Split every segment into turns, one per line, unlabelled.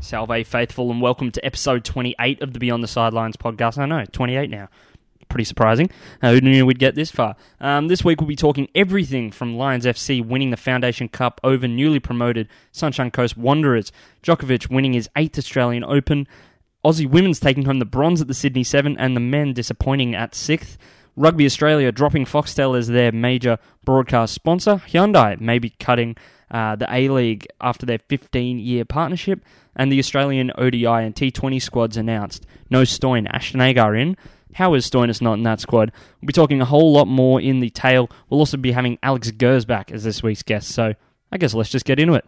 Salve faithful, and welcome to episode 28 of the Beyond the Sidelines podcast. I know, 28 now. Pretty surprising. Uh, who knew we'd get this far? Um, this week we'll be talking everything from Lions FC winning the Foundation Cup over newly promoted Sunshine Coast Wanderers, Djokovic winning his eighth Australian Open, Aussie women's taking home the bronze at the Sydney Seven, and the men disappointing at sixth. Rugby Australia dropping Foxtel as their major broadcast sponsor. Hyundai may be cutting uh, the A League after their 15 year partnership. And the Australian ODI and T20 squads announced. No Stoin, Ashton Agar in. How is Stoinis not in that squad? We'll be talking a whole lot more in the tail. We'll also be having Alex Gers back as this week's guest. So I guess let's just get into it.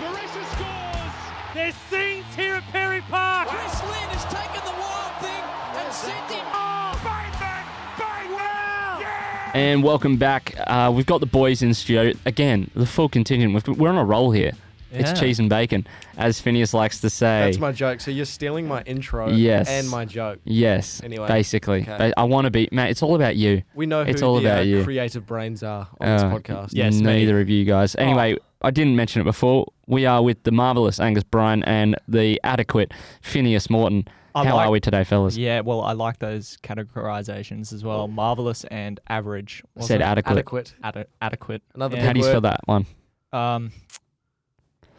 Marisha scores! There's scenes here at Perry Park!
Chris Lynn has taken the wild thing and sent him.
Oh, bang, bang, bang, well! Yeah!
And welcome back. Uh, we've got the boys in studio again. The full contingent. We've, we're on a roll here.
Yeah.
It's cheese and bacon, as Phineas likes to say.
That's my joke. So you're stealing my intro
Yes.
and my joke.
yes.
Anyway,
basically,
okay.
Ba- I want to be Matt. It's all about you.
We know
It's
who
all
the
about
uh,
you.
creative brains are on this
Uh,
podcast.
Yes, neither of you guys. Anyway, I didn't mention it before. We are with the marvelous Angus Bryan and the adequate Phineas Morton.
I
How
like-
are we today, fellas?
Yeah, well, I like those categorizations as well. Marvelous and average.
Said
wasn't it?
adequate.
Adequate.
Ade- adequate.
Another
yeah.
How do you
Good
spell
word.
that one?
Um,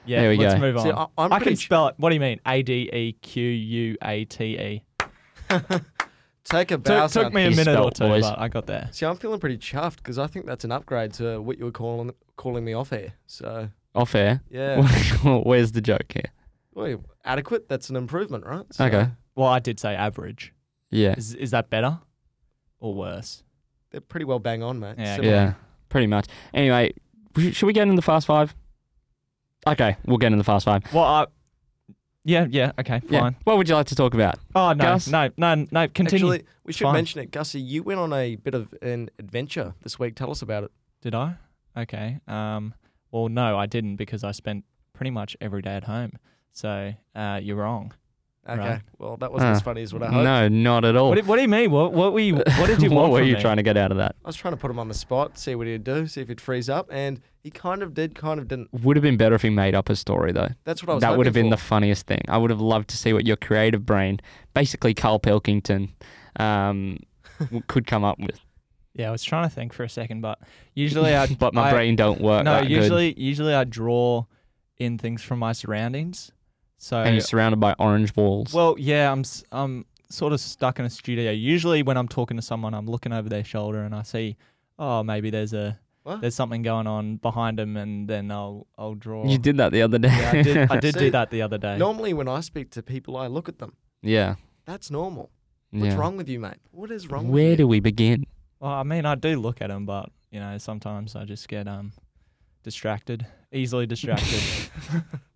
yeah,
There we
let's
go.
move on.
See, I-
I,
I'm
can
pretty sh-
spell it. What do you mean? A D E Q U A T E.
Take a bow.
Took took
son.
me a
He's
minute or
spelt,
two,
boys.
but I got there.
See, I'm feeling pretty chuffed because I think that's an upgrade to what you were calling calling me off air. So
Off air.
yeah,
Where's the joke here?
well, adequate. That's an improvement, right? So
Okay.
Well, I did say average.
Yeah.
Is, is that better or worse?
They're pretty well bang on, mate.
Yeah,
Similar.
Yeah. Pretty much. Anyway, sh- should we get into the fast five? Okay, we'll get into the fast five.
Well, I. Yeah, yeah, okay, fine.
Yeah. What would you like to talk about?
Oh, no,
Gus?
no, no, no, continue.
Actually, we should
Fine.
mention it, Gussie. You went on a bit of an adventure this week. Tell us about it.
Did I? Okay. Um, well, no, I didn't because I spent pretty much every day at home. So uh, you're wrong.
Okay.
Right.
Well, that wasn't as
Uh,
funny as what I hoped.
No, not at all.
What, do- what do you mean? What, what were you? What did you
Oh. what
want?
were
from
you
me?
trying to get out of that?
I was trying to put him on the spot, see what he'd do, see if he'd freeze up, and he kind of did, kind of didn't.
Would have been better if he made up a story though.
That's what I was.
that would have been
hoping
the
for.
funniest thing. I would have loved to see what your creative brain, basically Carl Pilkington, um, w- could come up with.
Yeah, I was trying to think for a second, but usually I.
But my
I-
brain don't work.
No,
that good.
usually usually I draw in things from my surroundings. So
And you're surrounded by orange walls.
well, yeah, I'm s- I'm sort of stuck in a studio. Usually when I'm talking to someone, I'm looking over their shoulder and I see, oh, maybe there's a
What?
there's something going on behind them, and then I'll I'll draw.
you did that the other day.
Yeah, I did, I did
See,
do that the other day.
Normally, when I speak to people, I look at them.
yeah.
That's normal. What's
yeah.
wrong with you, mate? What is wrong?
Where
with
do
you?
we begin?
Well, I mean, I do look at them, but you know, sometimes I just get um distracted, easily distracted.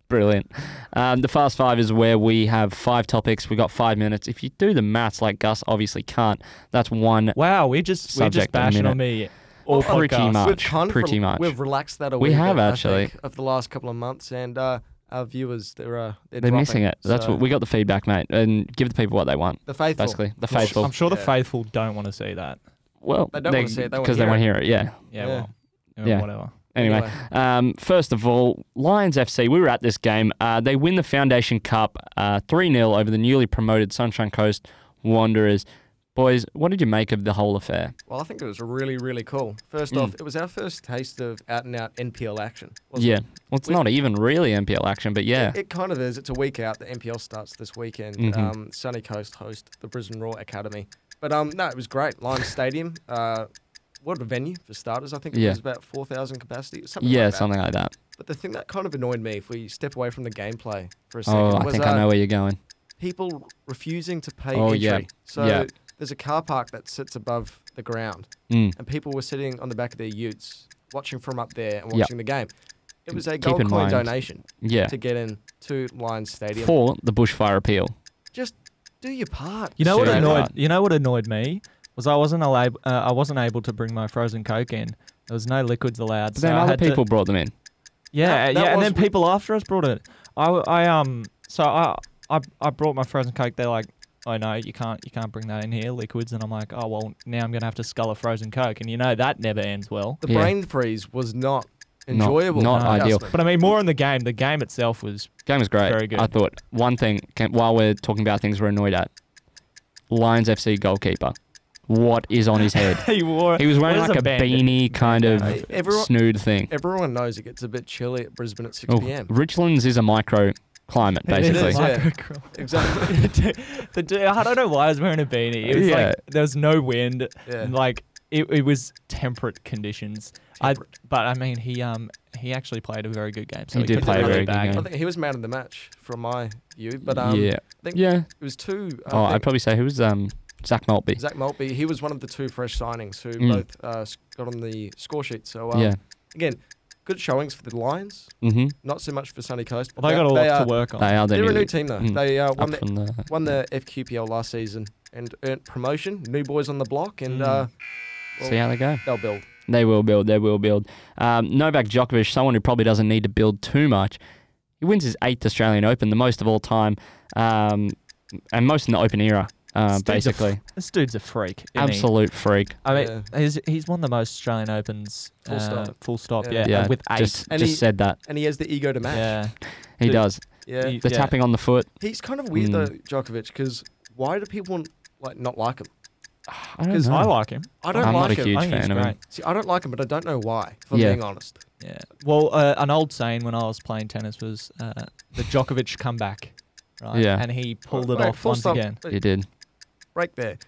Brilliant. Um, the Fast Five is where we have five topics. We've got five minutes. If you do the maths like Gus obviously can't, that's one.
wow, we just we just
Subject at a
bashing
minute.
on me all
Pretty
podcast.
much.
We've kind of
pretty
rel-
much.
We've relaxed that a
We
wee
have
bit, I
actually.
think, over the last couple of months, and uh, our viewers they're uh, they're,
They're
dropping,
missing it. That's
so-
what we got the feedback, mate. And give the people what they want,
The faithful.
basically. The
I'm su-
faithful.
I'm sure the
Yeah.
faithful don't want to see that.
well,
They don't wanna see it, they wanna
because they
hear
want to hear it. Yeah.
Yeah,
Yeah.
well, you know,
Yeah.
whatever.
Anyway,
Anyway.
Um, first of all, Lions FC, we were at this game. Uh, they win the Foundation Cup 3 0 over the newly promoted Sunshine Coast Wanderers. Boys, what did you make of the whole affair?
Well, I think it was really, really cool. First off, it was our first taste of out and out NPL action. wasn't
Mm. Yeah.
it?
Well, it's
We-
not even really NPL action, but yeah.
It, it kind of is. It's a week out. The NPL starts this weekend.
Mhm.
Um, Sunny Coast host the Brisbane Roar Academy. But um, no, it was great. Lions Stadium. Uh, what a venue for starters. I think it
Yeah.
was about 4,000 capacity. Something
yeah,
like that.
something like that.
But the thing that kind of annoyed me, if we step away from the gameplay for a second,
Oh, I
was
think
uh,
I know where you're going.
people refusing to pay
Oh,
entry.
yeah.
So
Yeah.
there's a car park that sits above the ground,
Mm.
and people were sitting on the back of their utes, watching from up there and
Yep.
watching the game. It was a
Keep
gold
in
coin
mind-
donation
Yeah.
to get in to Lions Stadium.
For the bushfire appeal.
just do your part.
You know what
Straight
annoyed
up.
you know what annoyed me was I wasn't allowed uh, I wasn't able to bring my frozen coke in. There was no liquids allowed.
But
so
then
I
other
had to-
people brought them in.
Yeah,
That- that
yeah, and
was
then
w-
people after us brought it. I, w- I, um, so I, I, I brought my frozen coke. They're like, oh no, you can't, you can't bring that in here, liquids. And I'm like, oh well, now I'm gonna have to scull a frozen coke, and you know that never ends well.
The
Yeah.
brain freeze was not
Not-
enjoyable.
not
adjustment.
ideal.
But I mean, more on the game. The game itself was
Game was great.
Very good.
I thought one thing can, while we're talking about things we're annoyed at, Lions FC goalkeeper, what is on his head?
he wore.
He was wearing
what is
like a,
bandit?
beanie kind of
Hey, everyone-
snood thing.
Everyone knows it gets a bit chilly at Brisbane at 6
Oh,
p.m.
Richlands is a micro climate
It is
basically.
is, yeah.
micro-
Exactly.
the dude, the dude- I don't know why I was wearing a beanie. It was
Yeah.
like there was no wind.
Yeah.
Like it, it was temperate conditions.
Temperate.
I, but I mean, he um he actually played a very good game. So
He
he
did
could
play a
really
very good
bag.
I
game.
think he was man of the match from my view, but um,
yeah,
I think
yeah.
it was two. I
Oh,
think
I'd probably say who was um Zach Maltby.
Zach Maltby, he was one of the two fresh signings who
Mm.
both uh, s- got on the score sheet. So um,
yeah.
again, good showings for the Lions.
Mm-hmm.
Not so much for Sunny Coast. But
Well, they got a
they
lot
are,
to work on.
They are the
They're a
new
new team though.
Mm.
They uh,
up
won, the,
from the
won the FQPL last season and earned promotion. New boys on the block, and
Mm.
uh,
See how they go.
they'll build.
They will build. They will build. Um, Novak Djokovic, someone who probably doesn't need to build too much. He wins his eighth Australian Open, the most of all time, um, and most in the Open era, uh,
This dude's a f-
basically.
This dude's a freak. isn't he?
Absolute freak.
I mean, he's he's won the most Australian Opens.
Full
uh,
stop.
Full stop.
Yeah.
Yeah.
Yeah,
and with eight.
Just,
And
just
he-
said that.
And he has the ego to match.
yeah.
He
Dude,
does.
Yeah.
he-
The
yeah.
tapping on the foot.
He's kind of weird
Mm.
though, Djokovic, because why do people like not like him?
I don't
'Cause
know.
I like him.
I don't
I'm
like
not a
him.
huge
I think he's
fan of him.
great.
See, I don't like him, but I don't know why. If I'm
Yeah.
being honest.
Yeah. Well, uh, an old saying when I was playing tennis was uh, the Djokovic comeback, right?
Yeah.
And he pulled it
Wait,
off
full
once
stop.
again.
Wait,
You did.
Break there.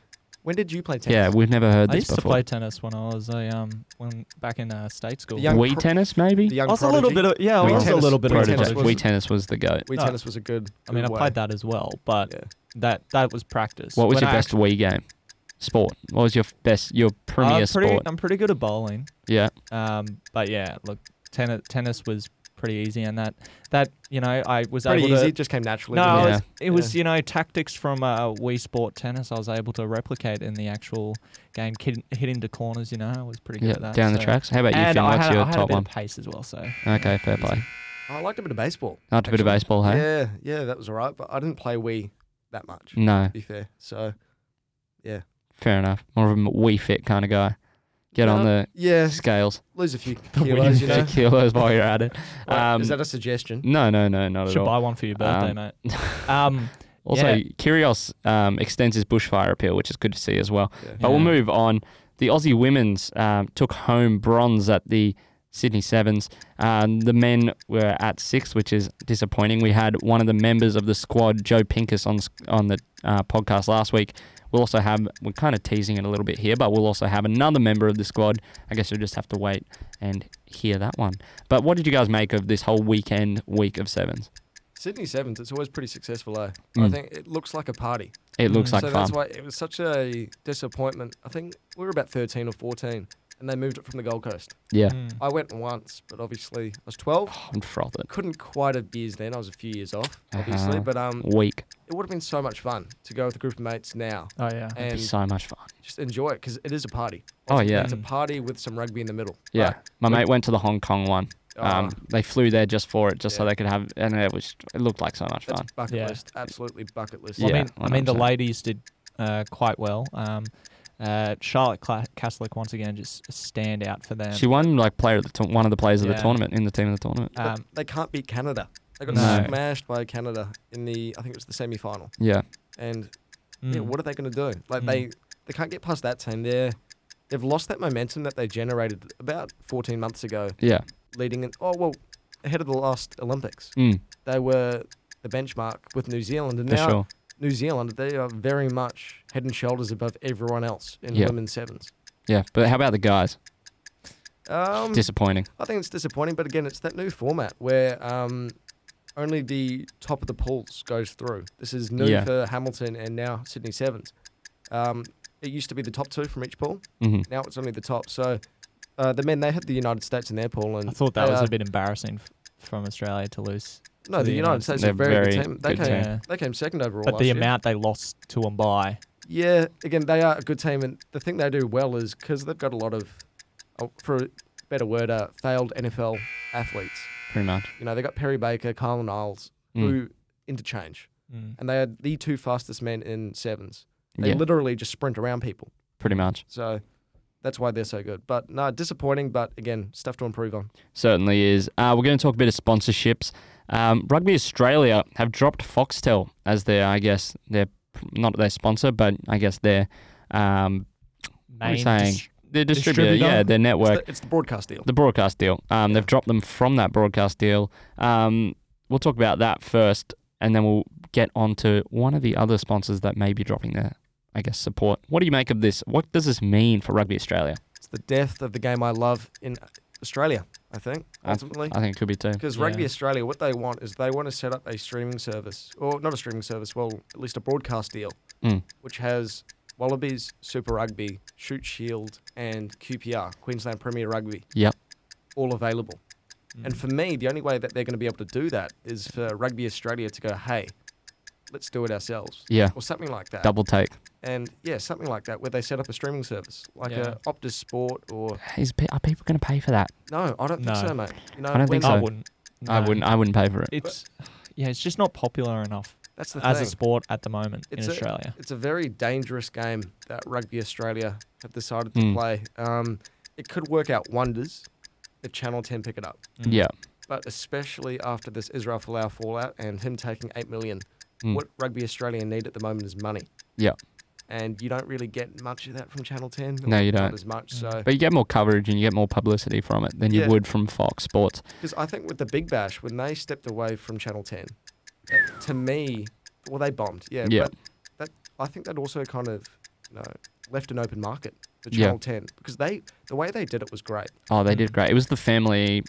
When did you play tennis?
Yeah, we've never heard
I
this
used to
before.
play tennis when I was a um when back in uh, state school.
young
Wii
pro-
tennis, maybe?
The young
I was a
prodigy?
little bit of yeah, I
Wii
was
tennis-
a little bit
Wii
of a
Prodigy.
tennis
tennis.
was-
Wii tennis was the goat.
Wii
No.
tennis was a good.
I mean, I
good way.
played that as well, but
Yeah.
that that was practice.
What was
When
your
I
best
actually-
Wii game? Sport. What was your f- best, your premier
I'm pretty,
sport?
I'm pretty good at bowling.
yeah.
Um, but yeah, look, tennis tennis was pretty easy, and that that you know I was
Pretty
able
easy.
to.
Just came naturally.
No, I
didn't
was, it was
Yeah.
you know tactics from uh, Wii Sport Tennis. I was able to replicate in the actual game, kid, hitting to corners. You know, I was pretty good
yeah
at that.
down the
so-
tracks. How about you,
And
Finn?
I
What's
had,
your
I had a
top
bit
one?
of pace as well. So
Okay, fair play.
I liked a bit of baseball.
Not a bit of
actually.
baseball, hey?
Yeah, yeah, that was all right. But I didn't play Wii that
Mm.
much.
No,
To be fair. So
fair enough. More of a wee fit kind of guy. Get on the
yeah,
scales.
lose a few
Wee
kilos. You
fit
know.
kilos while you're at it.
Wait,
Um,
is that a suggestion?
no, no, no, not at
should
all.
buy one for your birthday,
Um,
mate. Um,
Also,
yeah.
Kyrgios um, extends his bushfire appeal, which is good to see as well.
Yeah.
But we'll
Yeah.
move on. The Aussie women's um, took home bronze at the Sydney Sevens. Um, the men were at sixth, which is disappointing. We had one of the members of the squad, Joe Pinkus, on s- on the uh, podcast last week. We'll also have we're kind of teasing it a little bit here, but we'll also have another member of the squad. I guess you'll just have to wait and hear that one. But what did you guys make of this whole weekend week of sevens?
Sydney Sevens. It's always pretty successful, though. I
Mm.
think it looks like a party.
It looks
Mm.
like
so
fun.
that's why it was such a disappointment. I think we were about 13 or 14, and they moved it from the Gold Coast.
yeah,
mm.
I went once, but obviously I was 12.
oh, I'm frothing.
Couldn't quite have beers then. I was a few years off, obviously.
Uh-huh.
But um,
Week
it would have been so much fun to go with a group of mates now
Oh yeah.
It'd
and
be so much fun.
just enjoy it because it is a party.
Oh yeah,
It's a party with some rugby in the middle.
yeah.
Right.
My
Like-
mate went to the Hong Kong one. Um,
Oh,
they flew there just for it, just so
Yeah.
they could have, and it was it looked like so much
that's
fun.
bucket
Yeah.
list. Absolutely bucket list.
Well,
I
Yeah,
mean, I mean, the
100%.
ladies did uh, quite well. Um, uh, Charlotte Cla- Caslick once again just stand out for them.
She won like player of the tour- one of the players of the
Yeah.
tournament in the team of the tournament.
But
um,
they can't beat Canada. They got
No.
smashed by Canada in the, I think it was the semi final.
Yeah,
And yeah,
mm.
what are they going to do? Like
Mm.
they they can't get past that team. They they've lost that momentum that they generated about 14 months ago,
yeah.
leading in oh well ahead of the last Olympics.
Mm,
They were the benchmark with New Zealand, and
for
now
sure.
New Zealand they are very much head and shoulders above everyone else in
Yeah.
women's sevens.
Yeah, but how about the guys?
Um,
Disappointing.
I think it's disappointing, but again, it's that new format where um, only the top of the pools goes through. This is new
Yeah.
for Hamilton and now Sydney Sevens. Um, it used to be the top two from each pool.
hmm
Now it's only the top. So uh, the men they had the United States in their pool, and
I thought that
they
was
Uh,
are-
a bit embarrassing f- from Australia to lose,
no, the
the
United
United
States
They're
are a very, good
very
team. They
good
came,
team.
Yeah.
they came second overall.
but the
last year.
amount they lost to Mumbai.
yeah, again, they are a good team, and the thing they do well is because they've got a lot of, oh, for a better word, uh, failed NFL athletes.
Pretty much.
You know, they got Perry Baker, Kyle Niles,
Mm,
who interchange,
Mm.
and they are the two fastest men in sevens. They
yeah,
literally just sprint around people.
pretty much.
So That's why they're so good. But no, disappointing. But again, stuff to improve on.
Certainly is. Uh, we're going to talk a bit of sponsorships. Um, Rugby Australia have dropped Foxtel as their, I guess, their not their sponsor, but I guess their um, what am I
Main
saying
dis-
their distributor,
distributor?
yeah, their
It's
network,
the, it's the broadcast deal.
the broadcast deal. Um, they've dropped them from that broadcast deal. Um, we'll talk about that first, and then we'll get on to one of the other sponsors that may be dropping their, I guess, support. What do you make of this? What does this mean for Rugby Australia?
It's the death of the game I love in Australia. I think ultimately.
I think it could be too.
Because
Yeah.
Rugby Australia, what they want is they want to set up a streaming service, or not a streaming service, well, at least a broadcast deal,
Mm.
which has Wallabies, Super Rugby, Shoot Shield, and QPR, Queensland Premier Rugby,
Yep.
all available.
mm.
And for me, the only way that they're going to be able to do that is for Rugby Australia to go, hey, let's do it ourselves,
Yeah.
or something like that.
Double take.
And yeah, something like that, where they set up a streaming service, like
Yeah.
a Optus Sport, or
Is, pe- are people going to pay for that?
no, I don't think
No.
so, mate. You know,
I don't
when-
think
I
so.
wouldn't.
I
No.
wouldn't. I wouldn't pay for it.
It's yeah, it's just not popular enough
That's the
as
thing.
a sport at the moment
It's a-
in Australia.
It's a very dangerous game that Rugby Australia have decided to
Mm.
play. Um, it could work out wonders if Channel 10 pick it up,
Mm.
Yeah.
but especially after this Israel Folau fallout and him taking 8 million,
Mm.
what Rugby Australia need at the moment is money.
Yeah.
And you don't really get much of that from Channel 10.
No, you
Not
don't.
as much.
Mm.
So,
But you get more coverage and you get more publicity from it than you
Yeah.
would from Fox Sports.
because I think with the Big Bash, when they stepped away from Channel 10, that, to me, well, they bombed. Yeah.
Yeah.
But that I think that also kind of, you know, left an open market for
Yeah.
Channel 10 because they, the way they did it was great.
Oh, they did great. It was the family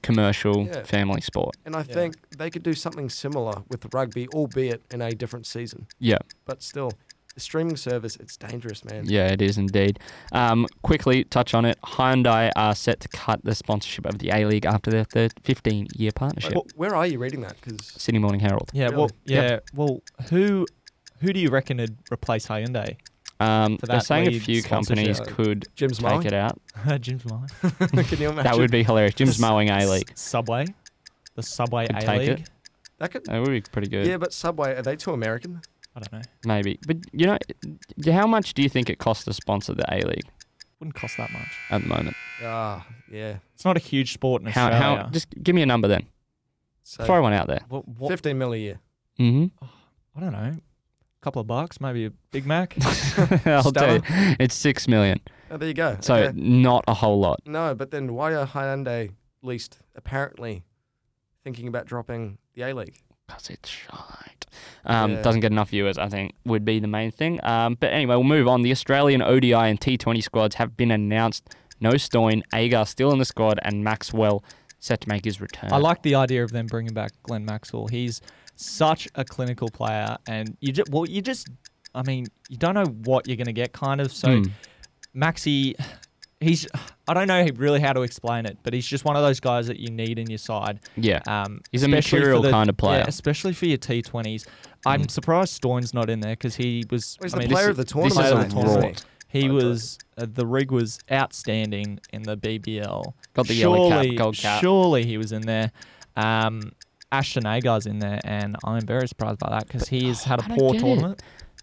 commercial
Yeah.
family sport.
And I
Yeah.
think they could do something similar with rugby, albeit in a different season.
Yeah.
But still, the streaming service, it's dangerous, man.
Yeah, it is indeed. Um, quickly touch on it. Hyundai are set to cut the sponsorship of the A League after their third 15 year partnership.
Like, wh- where are you reading that? Because
Sydney Morning Herald.
Yeah,
Really?
well, yeah,
Yeah.
well, who who do you reckon would replace Hyundai?
Um,
For
they're
that
saying a
lead
few companies
sponsorship.
could
Jim's
take
mowing.
it out.
Jim's mine.
Can you imagine?
That would be hilarious. Jim's mowing A
S-
League.
Subway, the Subway
Could
A
take
League.
it.
That could,
That would be pretty good.
yeah, but Subway, are they too American?
I don't know.
Maybe. But, you know, d- how much do you think it costs to sponsor the A League
Wouldn't cost that much.
at the moment?
Ah, yeah.
It's not a huge sport in
How,
Australia.
how, just give me a number then.
So
Throw one out there.
what, what,
15 mil a year.
Mm-hmm.
I don't know. A couple of bucks, maybe a Big Mac.
Mm-hmm. I'll tell you,
Stella?
it's six million.
Oh, there you go.
So
Okay.
not a whole lot.
No, but then why are Hyundai least apparently thinking about dropping the A League?
Cause it's shite. Um,
Yeah.
Doesn't get enough viewers. I think would be the main thing. Um, but anyway, we'll move on. The Australian ODI and T20 squads have been announced. No Stoin, Agar still in the squad, and Maxwell set to make his return.
I like the idea of them bringing back Glenn Maxwell. He's such a clinical player, and you just well, you just, I mean, you don't know what you're gonna get, kind of. So
Mm.
Maxi, he's, I don't know really how to explain it, but he's just one of those guys that you need in your side.
Yeah,
Um,
He's a
especially for
material
the-
kind of player. Hmm.
yeah, especially for your T20s. I'm surprised Stoin's not in there because he was.
Well, he's
I
the
mean,
player
this
of the
is- this is
tournament,
a
mate.
tournament.
Right.
He
Oh,
Right, right.
was uh, the rig was outstanding in the BBL.
Got the yellow cap, gold cap.
Surely he was in there. Um, Ashton Agar's in there, and I'm very surprised by that because he has had a
oh, I don't
poor
get it.
tournament.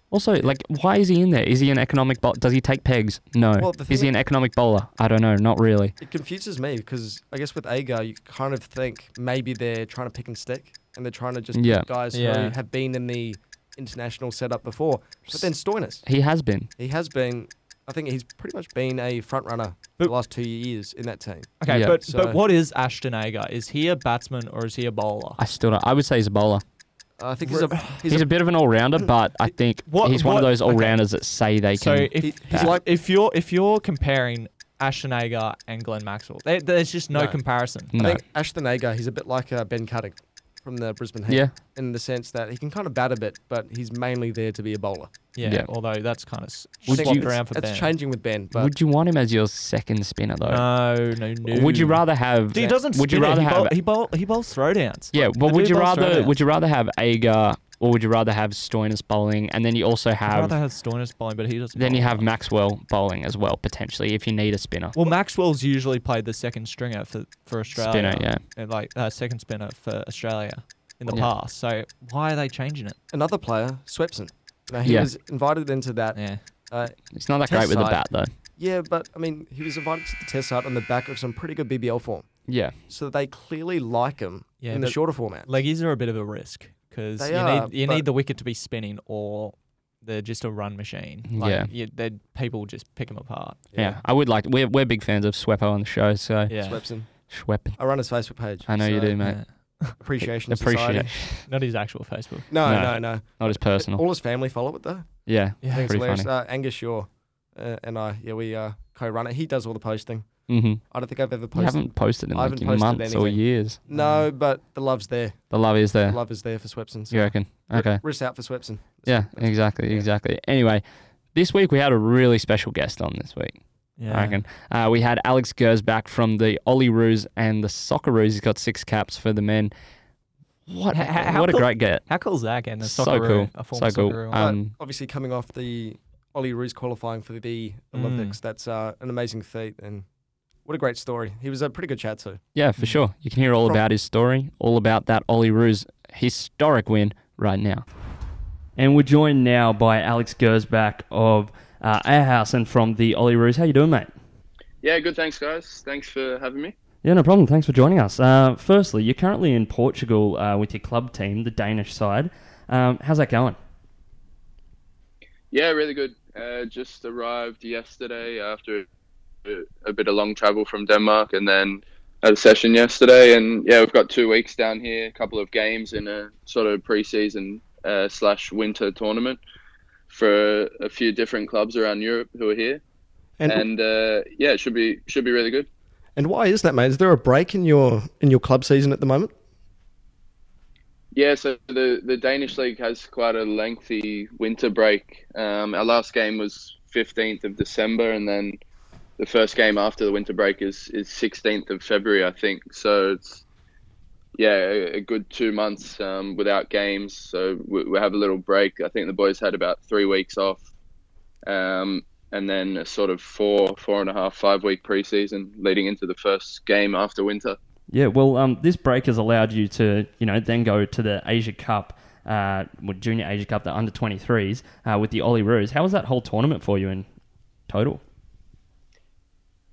also, like, why is he in there? Is he an economic? Bo- does he take pegs? No.
Well, the
is
thing-
he an economic bowler? I don't know. Not really.
It confuses me because I guess with Agar, you kind of think maybe they're trying to pick and stick and they're trying to just
Yeah.
pick guys
Yeah.
who have been in the international setup before. But then Stoinis,
He has been.
he has been, I think he's pretty much been a front runner for
But-
the last two years in that team.
Okay,
Yeah.
but
So-
but what is Ashton Agar? Is he a batsman or is he a bowler?
I still don't. I would say he's a bowler.
I think he's a,
He's,
he's, a,
a, bit of an all rounder, but I think
What-
he's one of
what-
those all rounders that say they
So
can.
if
He- he's
if-
like-
if you're if you're comparing Ashton Agar and Glenn Maxwell, there, there's just no,
No.
comparison.
I
no.
think Ashton Agar, he's a bit like uh, Ben Cutting from the Brisbane Heat
Yeah.
in the sense that he can kind of bat a bit, but he's mainly there to be a bowler.
Yeah,
Yeah.
although that's kind
Would
of
I
swapped
think
you-
it's-
around for
it's
Ben.
changing with Ben, but
Would you want him as your second spinner though?
No, no, no.
Would you rather have?
Dude, Uh, he doesn't.
Would you
spin it.
rather
he
have?
Bowl, he bowl, he bowls throwdowns.
yeah,
Like,
but
the
would
dude
you
bowls
rather?
throwdowns.
Would you rather have Agar or would you rather have Stoinis bowling, and then you also
I'd rather
have?
have Stoinis bowling, but he doesn't.
Then you
bowl.
have Maxwell bowling as well potentially if you need a spinner.
Well, Maxwell's usually played the second stringer for for Australia.
Spinner, yeah.
And like uh, second spinner for Australia in the
Yeah.
past. So why are they changing it?
another player, Swepson. Now, he
Yeah.
was invited into that
Yeah.
uh,
It's not that
Test
great with the
side.
bat though.
Yeah, but I mean, he was invited to the test site on the back of some pretty good BBL form,
Yeah.
so they clearly like him
Yeah,
in the
but-
shorter format.
Leggies are a bit of a risk because
They
you
are,
need you
but-
need the wicket to be spinning or they're just a run machine. Like,
Yeah.
you, they people just pick them apart.
yeah, I would like. We're we're big fans of Swepo on the show, so
Yeah,
Swepson.
Schweppen.
I run his Facebook page.
I know you
so
do, mate.
Yeah.
Appreciation.
Appreciate
Society.
it.
not his actual Facebook.
No,
No.
no, no.
Not as personal.
All his family follow it though.
yeah.
I think it's
Pretty
hilarious. Uh, Angus Shaw uh, and I, yeah, we uh, co-run it. He does all the posting.
Mm-hmm.
I don't think I've ever
I
posted.
haven't posted in
I
like
haven't posted
months or
anything.
years.
No, but the love's there.
The love is
The
there.
love is there for Swepson.
You reckon?
R-
Okay.
Wrist out for Swepson.
Yeah. Exactly.
yeah.
Exactly. Anyway, this week we had a really special guest on. This week.
Yeah,
I reckon. Uh, we had Alex Gers back from the Ollie Roos and the Socceroos. He's got six caps for the men. What,
H- h- how
what a
cool-
great get.
How cool is that? Getting a
So
Socceroo,
cool. So
a former
cool.
Socceroo.
But
Um,
obviously coming off the Ollie Roos qualifying for the Olympics, that's uh, an amazing feat and what a great story. He was a pretty good chat too.
yeah, for
Mm.
sure. You can hear all
From-
about his story, all about that Ollie Roos historic win right now.
And we're joined now by Alex Gersbach of uh, Our House and from the Ollie Roos. How you doing, mate?
Yeah, good. Thanks, guys. Thanks for having me.
Yeah, no problem. Thanks for joining us. Uh, firstly, you're currently in Portugal uh, with your club team, the Danish side. Um, how's that going?
Yeah, really good. Uh, just arrived yesterday after a, a bit of long travel from Denmark, and then had a session yesterday. And yeah, we've got two weeks down here, a couple of games in a sort of preseason uh, slash winter tournament for a few different clubs around Europe who are here.
And
And uh, yeah, it should be should be really good.
and why is that, mate? Is there a break in your in your club season at the moment?
Yeah, so the, the Danish league has quite a lengthy winter break. Um, our last game was 15th of December, and then the first game after the winter break is, is 16th of February, I think. So it's, yeah, a, a good two months um, without games. So we, we have a little break. I think the boys had about three weeks off, um, and then a sort of four, four and a half, five week preseason leading into the first game after winter.
Yeah, well, um, this break has allowed you to, you know, then go to the Asia Cup, uh, well, Junior Asia Cup, the under 23s, uh, with the Ollie Roos. How was that whole tournament for you in total?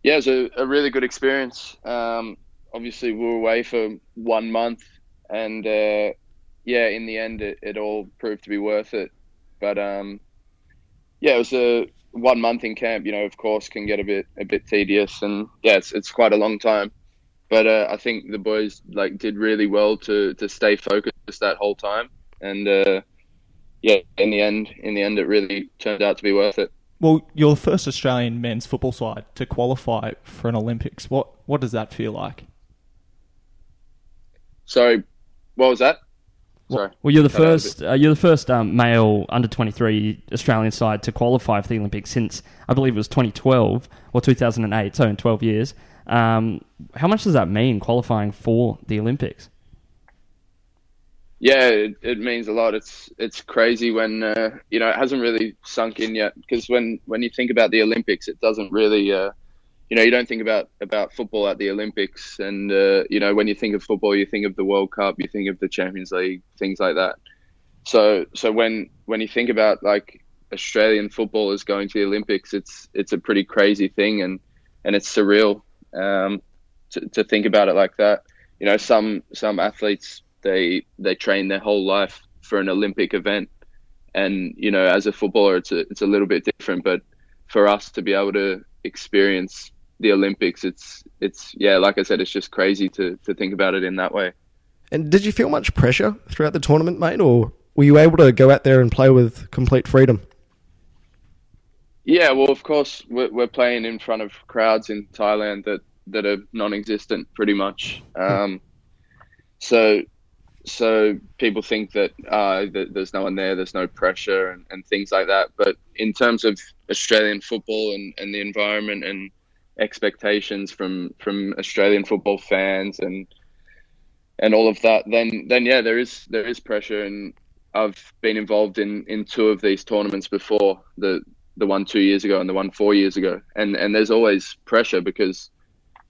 Yeah, it was a, a really good experience. Um, obviously, we were away for one month, and uh, yeah, in the end, it, it all proved to be worth it. But um, yeah, it was a one month in camp. You know, of course, can get a bit a bit tedious, and yeah, it's it's quite a long time. But uh, I think the boys like did really well to to stay focused that whole time, and uh, yeah, in the end, in the end, it really turned out to be worth it.
Well, you're the first Australian men's football side to qualify for an Olympics. What what does that feel like?
Sorry, what was that? Sorry.
Well, you're the
Cut out a bit.
first. Uh, you're the first um, male under 23 Australian side to qualify for the Olympics since I believe it was 2012 or 2008. So in 12 years, um, how much does that mean qualifying for the Olympics?
yeah, it, it means a lot. It's it's crazy when uh, you know it hasn't really sunk in yet because when when you think about the Olympics, it doesn't really uh, you know you don't think about about football at the Olympics, and uh, you know when you think of football, you think of the World Cup, you think of the Champions League, things like that. So so when when you think about like Australian footballers going to the Olympics, it's it's a pretty crazy thing, and and it's surreal um, to to think about it like that you know some some athletes they they train their whole life for an olympic event and you know as a footballer it's a, it's a little bit different but for us to be able to experience the olympics it's it's yeah like i said it's just crazy to to think about it in that way
And did you feel much pressure throughout the tournament, mate, or were you able to go out there and play with complete freedom?
Yeah, well, of course, we're, we're playing in front of crowds in Thailand that, that are non-existent, pretty much. Um, so, so people think that uh, that there's no one there, there's no pressure, and, and things like that. But in terms of Australian football and, and the environment and expectations from from Australian football fans and and all of that, then then yeah, there is there is pressure, and I've been involved in in two of these tournaments before the the one two years ago and the one four years ago, and and there's always pressure because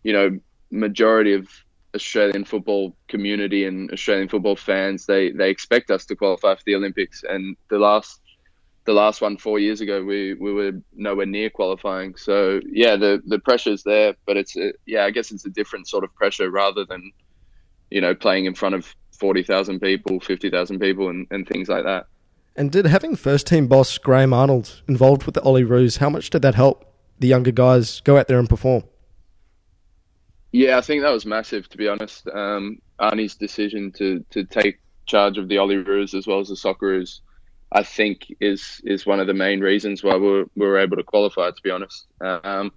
you know majority of Australian football community and Australian football fans they they expect us to qualify for the Olympics, and the last the last one four years ago, we, we were nowhere near qualifying. So yeah, the the pressure's there, but it's a, yeah, I guess it's a different sort of pressure rather than you know playing in front of forty thousand people, fifty thousand people, and, and things like that.
And did having first team boss Graham Arnold involved with the Ollie Roos, how much did that help the younger guys go out there and perform?
Yeah, I think that was massive, to be honest. Um, Arnie's decision to, to take charge of the Ollie Roos as well as the Socceroos, I think, is is one of the main reasons why we were, we were able to qualify, to be honest. Um,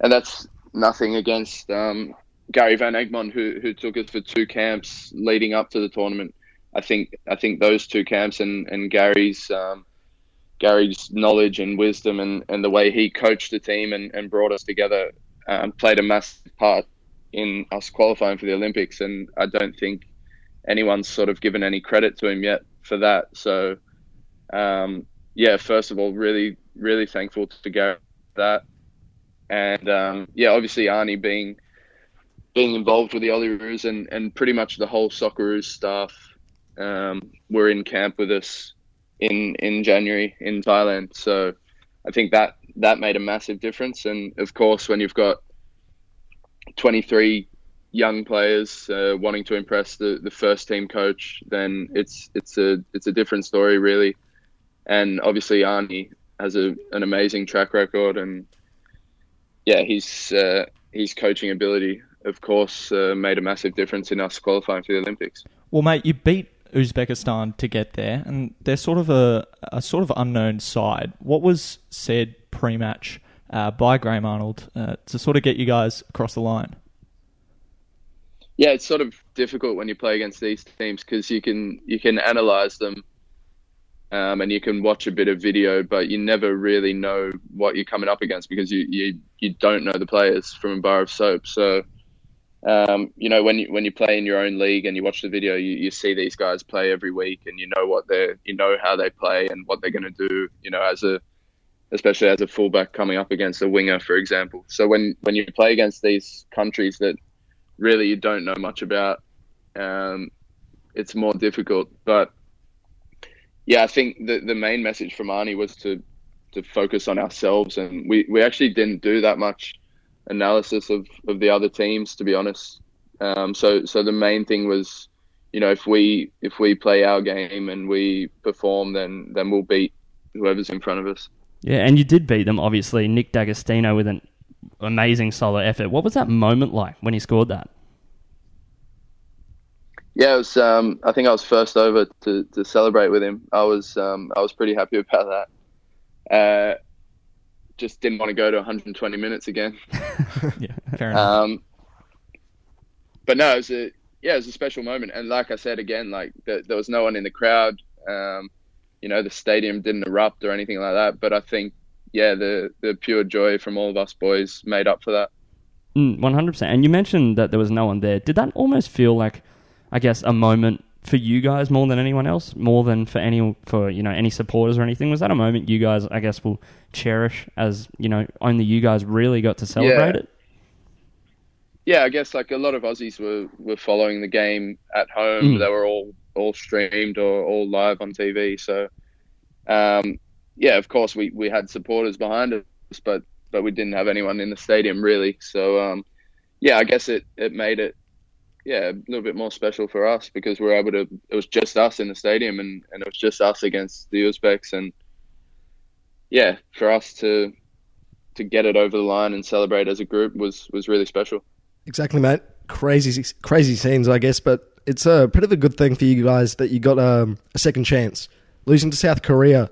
and that's nothing against um, Gary Van Egmond, who, who took us for two camps leading up to the tournament. I think I think those two camps and, and Gary's um, Gary's knowledge and wisdom and, and the way he coached the team and, and brought us together um, played a massive part in us qualifying for the Olympics, and I don't think anyone's sort of given any credit to him yet for that. So, um, yeah, first of all, really, really thankful to Gary for that, and um, yeah, obviously Arnie being being involved with the Olyroos and and pretty much the whole Socceroos staff um, were in camp with us in in January in Thailand. So, I think that that made a massive difference. And of course, when you've got 23 young players uh, wanting to impress the, the first team coach, then it's it's a it's a different story really. And obviously, Arnie has a, an amazing track record, and yeah, his uh, his coaching ability, of course, uh, made a massive difference in us qualifying for the Olympics.
Well, mate, you beat Uzbekistan to get there, and they're sort of a, a sort of unknown side. What was said pre-match uh, by Graham Arnold uh, to sort of get you guys across the line?
yeah, it's sort of difficult when you play against these teams because you can you can analyze them, um, and you can watch a bit of video, but you never really know what you're coming up against because you you, you don't know the players from a bar of soap. So, um, you know when you when you play in your own league and you watch the video, you, you see these guys play every week, and you know what they you know how they play and what they're going to do. You know as a especially as a fullback coming up against a winger, for example. So when when you play against these countries that really you don't know much about. Um, it's more difficult, but yeah, I think the the main message from Arnie was to to focus on ourselves, and we we actually didn't do that much analysis of of the other teams, to be honest. Um, so so the main thing was, you know, if we if we play our game and we perform, then then we'll beat whoever's in front of us.
Yeah, and you did beat them, obviously. Nick D'Agostino with an amazing solo effort. What was that moment like when he scored that?
Yeah, it was. Um, I think I was first over to, to celebrate with him. I was um, I was pretty happy about that. Uh, just didn't want to go to 120 minutes again.
Yeah, fair enough.
Um, but no, it was a yeah, it was a special moment. And like I said again, like there, there was no one in the crowd. Um, you know, the stadium didn't erupt or anything like that. But I think yeah, the the pure joy from all of us boys made up for that.
Mm, 100%. And you mentioned that there was no one there. Did that almost feel like, I guess, a moment for you guys more than anyone else, more than for any for you know any supporters or anything? Was that a moment you guys, I guess, will cherish as you know only you guys really got to celebrate it?
yeah, I guess like a lot of Aussies were, were following the game at home. They were all all streamed or all live on TV. So, um, yeah, of course we, we had supporters behind us, but but we didn't have anyone in the stadium really. So, um, yeah, I guess it, it made it yeah a little bit more special for us because we were able to. It was just us in the stadium, and, and it was just us against the Uzbeks, and yeah, for us to to get it over the line and celebrate as a group was was really special.
Exactly, mate. Crazy, crazy scenes, I guess, but it's a bit of a good thing for you guys that you got um, a second chance. Losing to South Korea,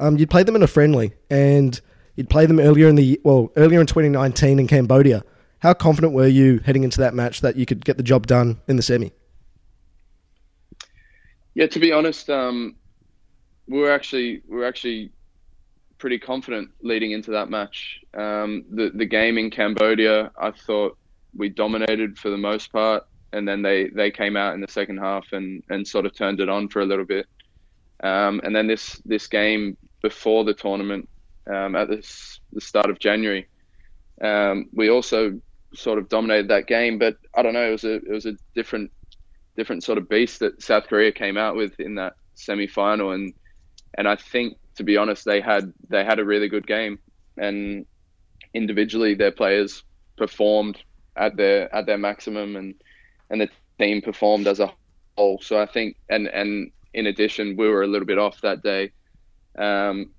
um, you played them in a friendly, and you'd played them earlier in the well, earlier in 2019 in Cambodia. How confident were you heading into that match that you could get the job done in the semi?
Yeah, to be honest, um, we were actually we were actually pretty confident leading into that match. Um, the the game in Cambodia, I thought we dominated for the most part, and then they, they came out in the second half and, and sort of turned it on for a little bit. Um, and then this this game before the tournament um, at this, the start of January, um, we also sort of dominated that game. But I don't know, it was a it was a different different sort of beast that South Korea came out with in that semi final, and and I think to be honest, they had they had a really good game, and individually their players performed at their at their maximum, and and the team performed as a whole. So I think, and and in addition, we were a little bit off that day. Um,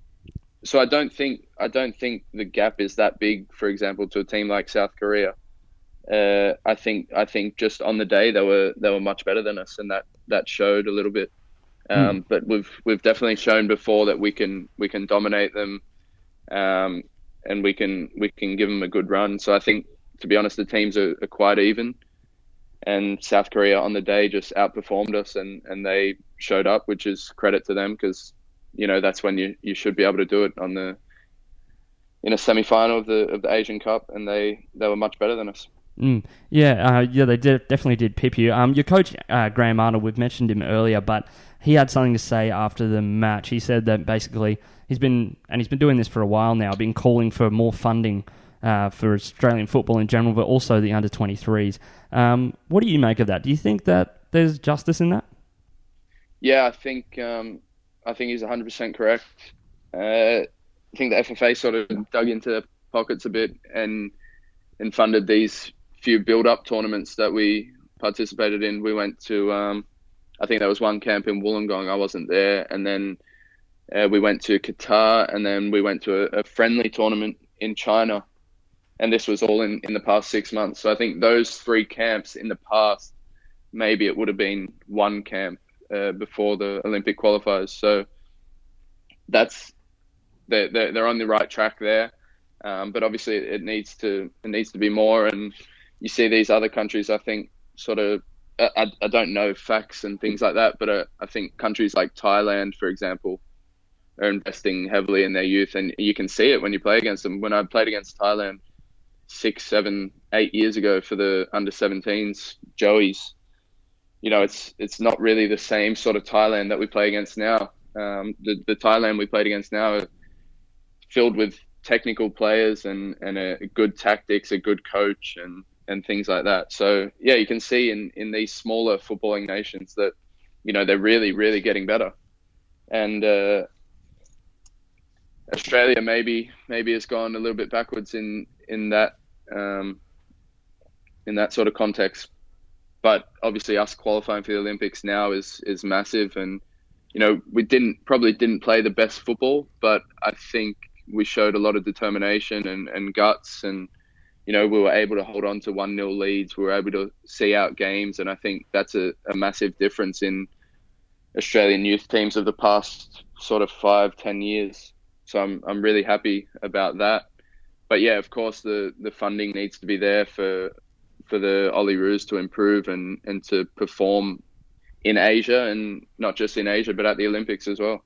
so I don't think I don't think the gap is that big. For example, to a team like South Korea, uh, I think I think just on the day they were they were much better than us, and that that showed a little bit. Um, But we've we've definitely shown before that we can we can dominate them, um, and we can we can give them a good run. So I think to be honest, the teams are, are quite even, and South Korea on the day just outperformed us, and and they showed up, which is credit to them because you know that's when you, you should be able to do it on the in a semi final of the of the Asian Cup, and they they were much better than us.
Mm. Yeah, uh, yeah, they did, definitely did pip you. Um, your coach uh, Graham Arnold, we've mentioned him earlier, but he had something to say after the match. He said that basically he's been and he's been doing this for a while now, been calling for more funding uh, for Australian football in general, but also the under twenty threes. Um, what do you make of that? Do you think that there's justice in that?
Yeah, I think um, I think he's 100% correct. Uh, I think the FFA sort of dug into their pockets a bit and and funded these few build-up tournaments that we participated in. We went to um, I think there was one camp in Wollongong. I wasn't there, and then uh, we went to Qatar, and then we went to a, a friendly tournament in China. And this was all in, in the past six months. So I think those three camps in the past maybe it would have been one camp uh, before the Olympic qualifiers. So that's they're, they're, they're on the right track there, um, but obviously it needs to it needs to be more. And you see these other countries, I think, sort of. I, I- I don't know facts and things like that, but uh, I think countries like Thailand, for example, are investing heavily in their youth, and you can see it when you play against them. When I played against Thailand six, seven, eight years ago for the under 17s, Joey's, you know, it's it's not really the same sort of Thailand that we play against now. Um, the the Thailand we played against now are filled with technical players and and a good tactics, a good coach, and and things like that. So yeah, you can see in in these smaller footballing nations that you know they're really really getting better, and uh, Australia maybe maybe has gone a little bit backwards in in that um, in that sort of context, but obviously us qualifying for the Olympics now is is massive and you know we didn't probably didn't play the best football but I think we showed a lot of determination and, and guts and you know we were able to hold on to one nil leads we were able to see out games and I think that's a, a massive difference in Australian youth teams of the past sort of five ten years so I'm I'm really happy about that but yeah of course the the funding needs to be there for for the Ollie Roos to improve and, and to perform in Asia and not just in Asia but at the Olympics as well.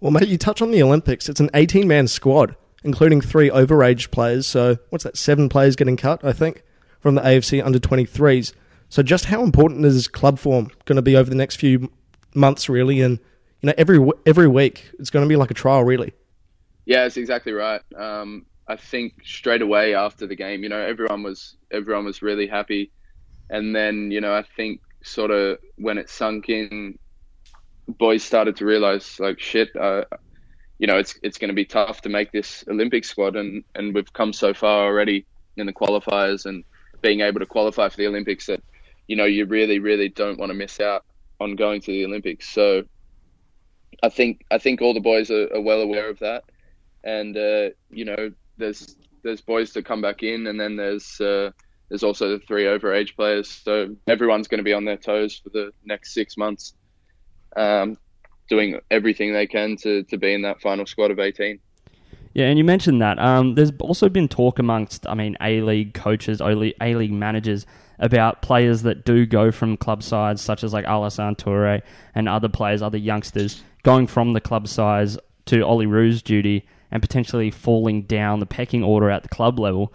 Well, mate, you touch on the Olympics. It's an 18 man squad, including three overage players. So, what's that? Seven players getting cut, I think, from the AFC under 23s. So, just how important is club form going to be over the next few months, really? And, you know, every, w- every week, it's going to be like a trial, really.
Yeah, that's exactly right. Um, I think straight away after the game, you know, everyone was everyone was really happy, and then you know, I think sort of when it sunk in, boys started to realize like shit, uh, you know, it's it's going to be tough to make this Olympic squad, and and we've come so far already in the qualifiers and being able to qualify for the Olympics that you know you really really don't want to miss out on going to the Olympics. So I think I think all the boys are, are well aware of that and uh, you know there's there's boys to come back in, and then there's uh, there's also the three overage players. So everyone's going to be on their toes for the next six months, um, doing everything they can to to be in that final squad of 18.
Yeah, and you mentioned that. Um, there's also been talk amongst, I mean, A League coaches, A League managers about players that do go from club sides, such as like Alassane Toure and other players, other youngsters, going from the club size to Ollie Roo's duty and potentially falling down the pecking order at the club level.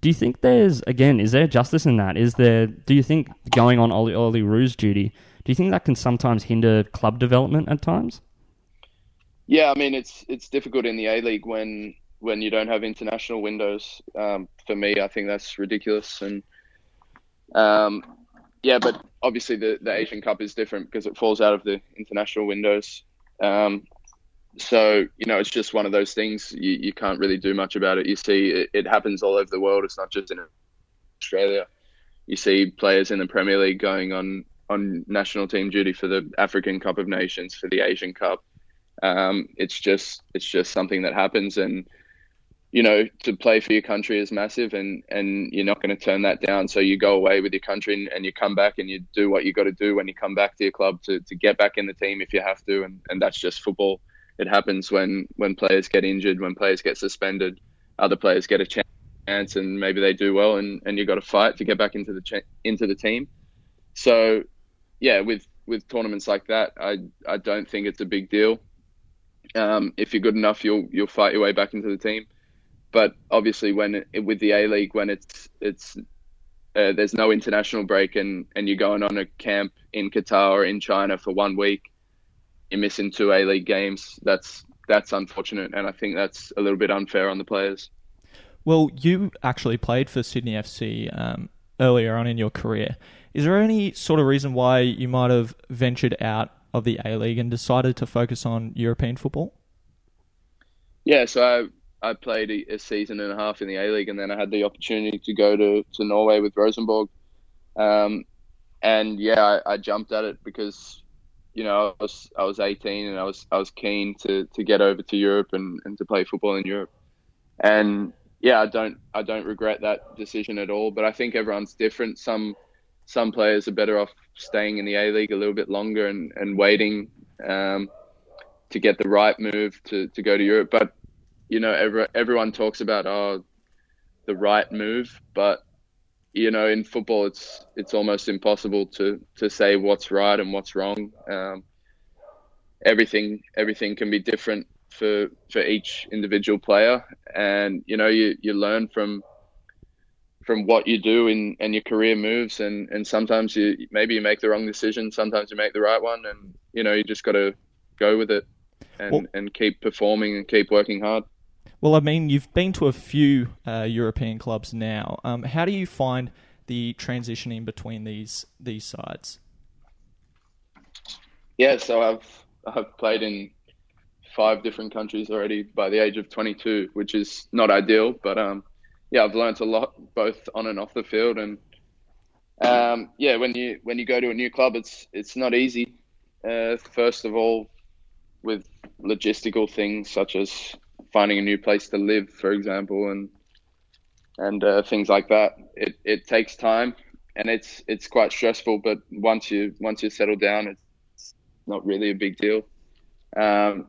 Do you think there's again? Is there justice in that? Is there? Do you think going on Ollie Ollie Roo's duty? Do you think that can sometimes hinder club development at times?
Yeah, I mean it's it's difficult in the A League when when you don't have international windows. Um, for me, I think that's ridiculous. And um, yeah, but obviously the the Asian Cup is different because it falls out of the international windows. Um, so you know it's just one of those things you, you can't really do much about it you see it, it happens all over the world it's not just in australia you see players in the premier league going on on national team duty for the african cup of nations for the asian cup um, it's just it's just something that happens and you know to play for your country is massive and and you're not going to turn that down so you go away with your country and, and you come back and you do what you got to do when you come back to your club to, to get back in the team if you have to and, and that's just football it happens when when players get injured when players get suspended other players get a chance and maybe they do well and and you got to fight to get back into the cha- into the team so yeah with with tournaments like that i i don't think it's a big deal um, if you're good enough you'll you'll fight your way back into the team but obviously when it, with the A League when it's it's uh, there's no international break and and you're going on a camp in Qatar or in China for one week, you're missing two A League games. That's that's unfortunate, and I think that's a little bit unfair on the players.
Well, you actually played for Sydney FC um, earlier on in your career. Is there any sort of reason why you might have ventured out of the A League and decided to focus on European football?
Yeah, so I, I played a, a season and a half in the A League, and then I had the opportunity to go to, to Norway with Rosenborg. Um, and yeah, I, I jumped at it because you know I was I was 18 and I was I was keen to, to get over to Europe and, and to play football in Europe. And yeah, I don't I don't regret that decision at all. But I think everyone's different. Some some players are better off staying in the A League a little bit longer and and waiting um, to get the right move to, to go to Europe. But you know, every, everyone talks about oh, the right move, but you know, in football, it's it's almost impossible to to say what's right and what's wrong. Um, everything everything can be different for for each individual player, and you know, you you learn from from what you do in and your career moves, and and sometimes you maybe you make the wrong decision, sometimes you make the right one, and you know, you just got to go with it. And,
Well-
and keep performing and keep working hard.
Well, I mean, you've been to a few uh, European clubs now. Um, how do you find the transition in between these these sides?
Yeah, so I've I've played in five different countries already by the age of 22, which is not ideal, but um, yeah, I've learnt a lot both on and off the field, and um, yeah, when you when you go to a new club, it's it's not easy. Uh, first of all, with logistical things such as finding a new place to live, for example, and and uh, things like that. It it takes time, and it's it's quite stressful. But once you once you settle down, it's not really a big deal. Um,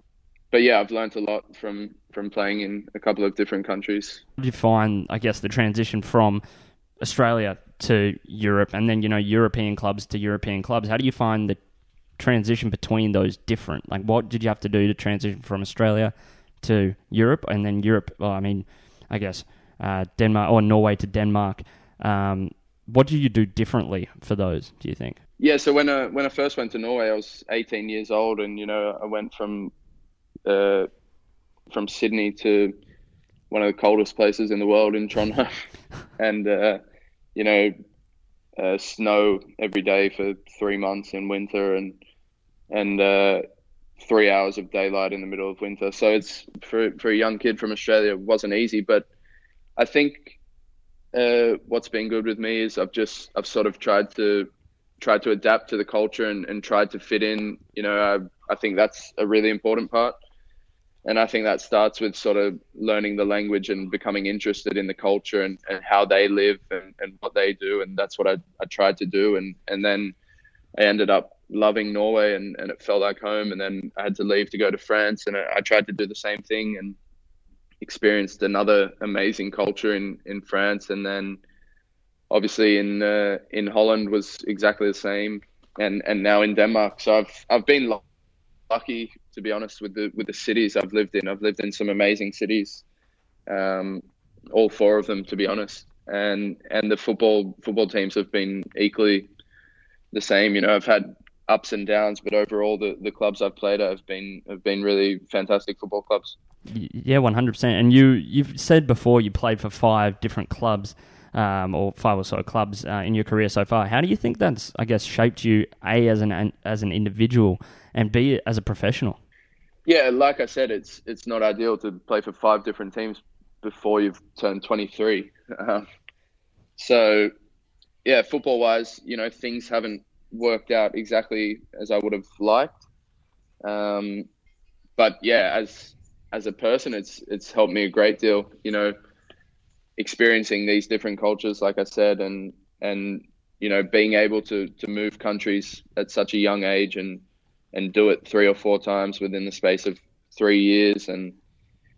but yeah, I've learnt a lot from from playing in a couple of different countries.
How did you find, I guess, the transition from Australia to Europe and then, you know, European clubs to European clubs? How do you find the transition between those different? Like, what did you have to do to transition from Australia to Europe and then Europe? Well, I mean, I guess uh, Denmark or Norway to Denmark. Um, what do you do differently for those, do you think?
Yeah, so when I when I first went to Norway, I was 18 years old, and you know I went from uh, from Sydney to one of the coldest places in the world in Trondheim, and uh, you know uh, snow every day for three months in winter, and and uh, three hours of daylight in the middle of winter. So it's for for a young kid from Australia, it wasn't easy, but I think uh, what's been good with me is I've just I've sort of tried to tried to adapt to the culture and, and tried to fit in. You know, I, I think that's a really important part. And I think that starts with sort of learning the language and becoming interested in the culture and, and how they live and, and what they do. And that's what I, I tried to do. And, and then I ended up loving Norway and, and it felt like home. And then I had to leave to go to France and I, I tried to do the same thing and experienced another amazing culture in, in France. And then obviously in uh, in Holland was exactly the same, and and now in Denmark. So I've I've been lu- lucky to be honest with the with the cities I've lived in. I've lived in some amazing cities, um, all four of them to be honest, and and the football football teams have been equally the same. You know, I've had ups and downs, but overall the, the clubs I've played at have been have been really fantastic football clubs.
Y- Yeah, one hundred percent. And you you've said before you played for five different clubs, um, or five or so clubs uh, in your career so far. How do you think that's I guess shaped you a as an, an as an individual and b as a professional?
yeah, like I said, it's it's not ideal to play for five different teams before you've turned 23. Um, so, yeah, football wise, you know, things haven't worked out exactly as I would have liked. Um, but yeah, as as a person, it's it's helped me a great deal. You know, experiencing these different cultures, like I said, and and you know, being able to to move countries at such a young age and and do it three or four times within the space of three years. And,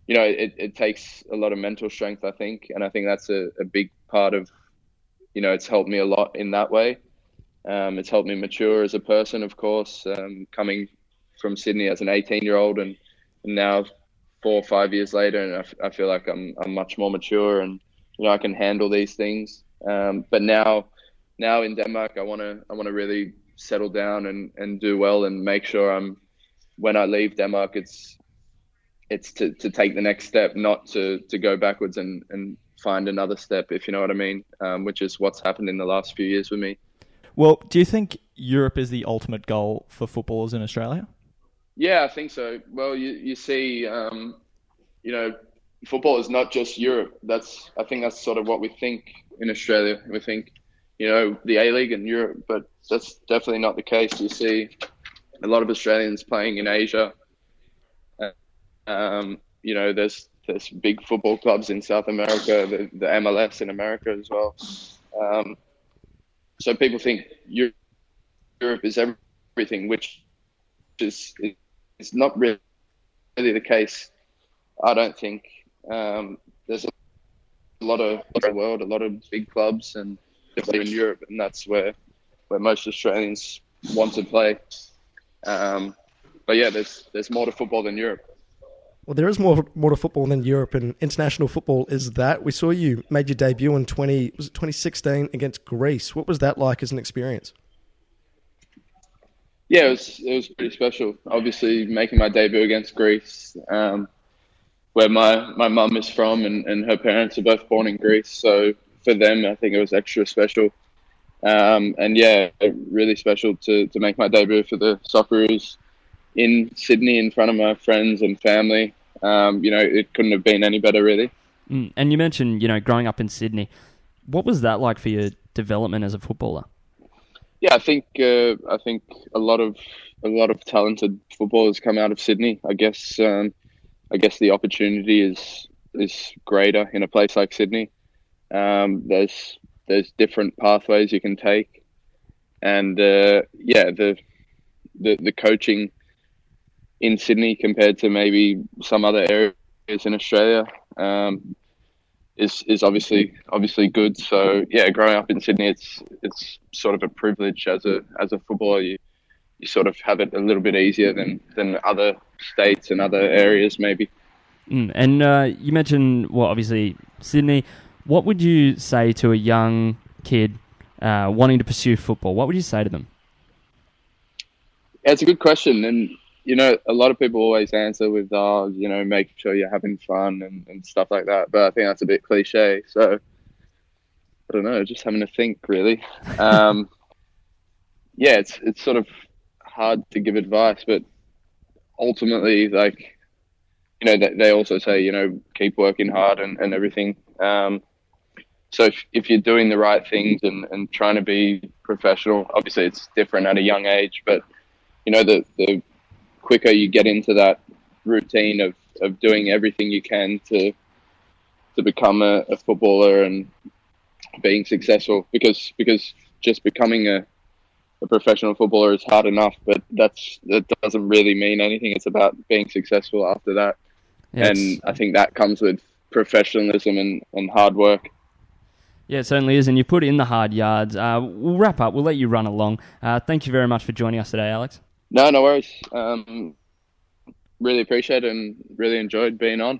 you know, it, it takes a lot of mental strength, I think. And I think that's a, a big part of, you know, it's helped me a lot in that way. Um, it's helped me mature as a person, of course, um, coming from Sydney as an 18 year old and, and now four or five years later. And I, f- I feel like I'm, I'm much more mature and, you know, I can handle these things. Um, but now, now in Denmark, I want to, I want to really settle down and, and do well and make sure I'm when I leave Denmark it's it's to, to take the next step not to, to go backwards and, and find another step if you know what I mean um, which is what's happened in the last few years with me
Well, do you think Europe is the ultimate goal for footballers in Australia?
yeah I think so well you, you see um, you know football is not just Europe that's I think that's sort of what we think in Australia we think you know, the A League in Europe, but that's definitely not the case. You see a lot of Australians playing in Asia. Uh, Um, you know, there's there's big football clubs in South America, the, the MLS in America as well. Um, so people think Eu- Europe is everything, which is it's not really the case. I don't think um, there's a lot of the world, a lot of big clubs, and particularly in Europe, and that's where where most Australians want to play. Um, but yeah, there's there's more to football than Europe.
Well, there is more more to football than Europe, and international football is that. We saw you made your debut in twenty was it twenty sixteen against Greece. What was that like as an experience?
Yeah, it was it was pretty special. Obviously, making my debut against Greece, um, where my my mum is from, and, and her parents are both born in Greece. So for them, I think it was extra special. Um, and yeah, really special to to make my debut for the Socceroos in Sydney in front of my friends and family. Um, you know, it couldn't have been any better, really.
Mm, And you mentioned, you know, growing up in Sydney. What was that like for your development as a footballer?
Yeah, I think uh, I think a lot of a lot of talented footballers come out of Sydney. I guess um, I guess the opportunity is is greater in a place like Sydney. Um, there's there's different pathways you can take, and uh, yeah, the, the the coaching in Sydney compared to maybe some other areas in Australia um, is is obviously obviously good. So yeah, growing up in Sydney, it's it's sort of a privilege as a as a footballer. You you sort of have it a little bit easier than than other states and other areas maybe.
Mm, And uh, you mentioned, well, obviously Sydney. What would you say to a young kid uh, wanting to pursue football? What would you say to them?
Yeah, it's a good question, and you know, a lot of people always answer with, "Oh, you know, make sure you're having fun and, and stuff like that." But I think that's a bit cliche. So I don't know, just having to think really. Um, yeah, it's it's sort of hard to give advice, but ultimately, like you know, they, they also say, you know, keep working hard and and everything. Um, so if, if you're doing the right things and, and trying to be professional, obviously it's different at a young age, but you know, the, the quicker you get into that routine of, of doing everything you can to to become a, a footballer and being successful because because just becoming a, a professional footballer is hard enough, but that's that doesn't really mean anything. It's about being successful after that.
Yeah, it's-
And I think that comes with professionalism and, and hard work.
Yeah, it certainly is. And you put in the hard yards. Uh, we'll wrap up. We'll let you run along. Uh, thank you very much for joining us today, Alex.
No, no worries. Um, really appreciate it and really enjoyed being on.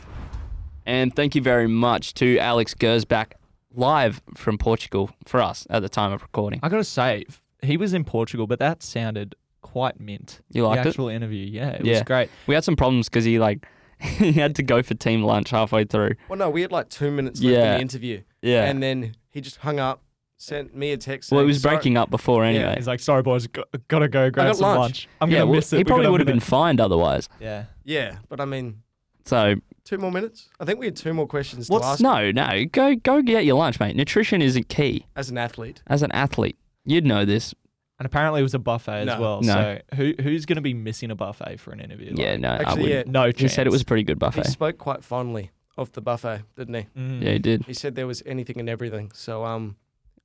And thank you very much to Alex Gersbach live from Portugal for us at the time of recording.
I gotta say, f- he was in Portugal, but that sounded quite mint.
You liked it?
the actual interview, yeah, it was
Yeah.
great.
We had some problems because he like he had to go for team lunch halfway through.
Well, no, we had like two minutes left
Yeah.
in the interview.
Yeah.
And then he just hung up, sent me a text.
Well, it
saying,
was
"Sorry."
breaking up before anyway.
He's like, sorry, boys, go- gotta go grab
got
some lunch.
lunch."
I'm
yeah,
gonna
well,
miss it.
he
We
probably
gotta
would have been
minute."
fined otherwise.
Yeah.
Yeah, but I mean,
So
two more minutes. I think we had two more questions
What's-
to ask.
no, no, go go get your lunch, mate. Nutrition isn't key
As an athlete,
as an athlete. You'd know this.
And apparently it was a buffet as
No.
well.
No.
So who who's gonna be missing a buffet for an interview? Like,
yeah, no, I
actually,
would.
yeah,
No chance.
He said it was a pretty good
he
buffet.
spoke quite fondly of the buffet, didn't he?
Mm.
yeah, he did.
He said there was anything and everything. So, um,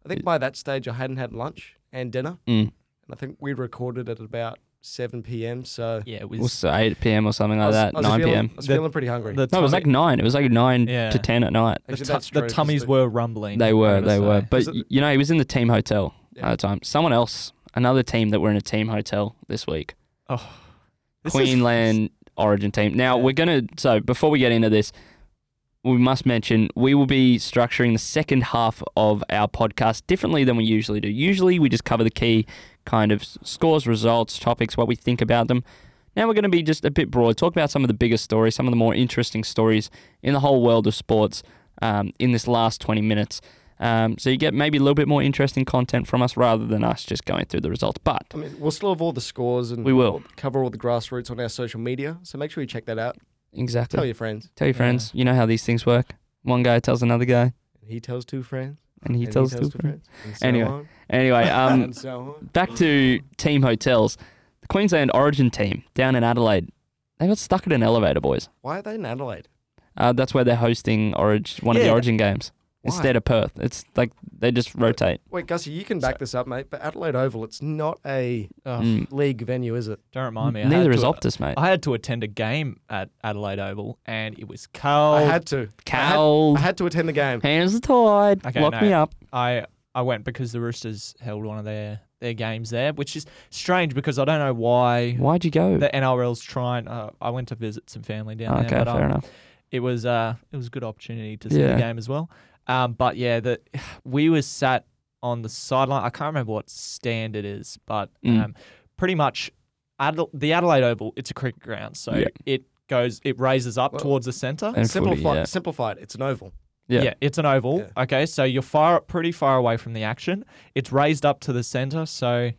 I think by that stage I hadn't had lunch and dinner,
Mm.
and I think we recorded at about seven p.m. So
Yeah, it
It
was.
was 8 p.m. or something
I
like
was,
that,
I was
9
feeling,
p.m.
I was
The-
feeling pretty hungry.
the
No, it was
tummy-
like 9. It was like 9
Yeah.
to 10 at night.
the,
Actually,
tu-
that's
the
true, 'cause
tummies
the-
were rumbling.
They
I'm
were,
gonna
they
say.
were. But,
Was it-
y- you know, he was in the team hotel
Yeah.
at the time. Someone else, another team that were in a team hotel this week.
Oh. This is-
Queensland Origin team. Now we're gonna. So before we get into this, we must mention we will be structuring the second half of our podcast differently than we usually do. Usually we just cover the key kind of s- scores, results, topics, what we think about them. Now we're going to be just a bit broad, talk about some of the biggest stories, some of the more interesting stories in the whole world of sports um, in this last 20 minutes. Um, so you get maybe a little bit more interesting content from us rather than us just going through the results. But
I mean, we'll still have all the scores and
Mm-hmm.
We will.
we'll cover all the grassroots on our social media. So make sure you check that out.
exactly.
Tell your friends.
Tell your friends. You know how these things work. One guy tells another guy,
He tells two friends.
and he
and
tells two friends.
And so
Anyway,
on,
Anyway, um,
and so on.
back to team hotels. The Queensland Origin team down in Adelaide, they got stuck at an elevator, boys.
Why are they in Adelaide?
Uh, that's where they're hosting Orig- one of the
Yeah.
Origin games
Why?
instead of Perth. It's like they just rotate.
Wait, Gussie, you can back
So-
this up, mate. But Adelaide Oval, it's not a
Oh,
Mm.
league venue, is it?
Don't remind me. I had
Neither
to-
is Optus, mate.
I had to attend a game at Adelaide Oval, and it was cold.
I had to. I
Cow,
had, I had to attend the game.
hands are tied.
Okay,
Lock
no.
me up.
I I went because the Roosters held one of their their games there, which is strange because I don't know why
Why'd you go? Ah,
the NRL's trying. Uh, I went to visit some family down
okay,
there, but
fair
um,
enough.
it was uh it was a good opportunity to see
Yeah.
the game as well. Um, but yeah, the we were sat on the sideline. I can't remember what stand it is, but
Mm.
um, pretty much Adel- the Adelaide Oval. It's a cricket ground, so
Yeah.
it goes it raises up
Well-
towards the centre.
And footy,
Simplified,
yeah.
simplified. It's an oval.
Yeah.
Yeah. it's an oval.
Yeah.
Okay, so you're far pretty far away from the action. It's raised up to the center, so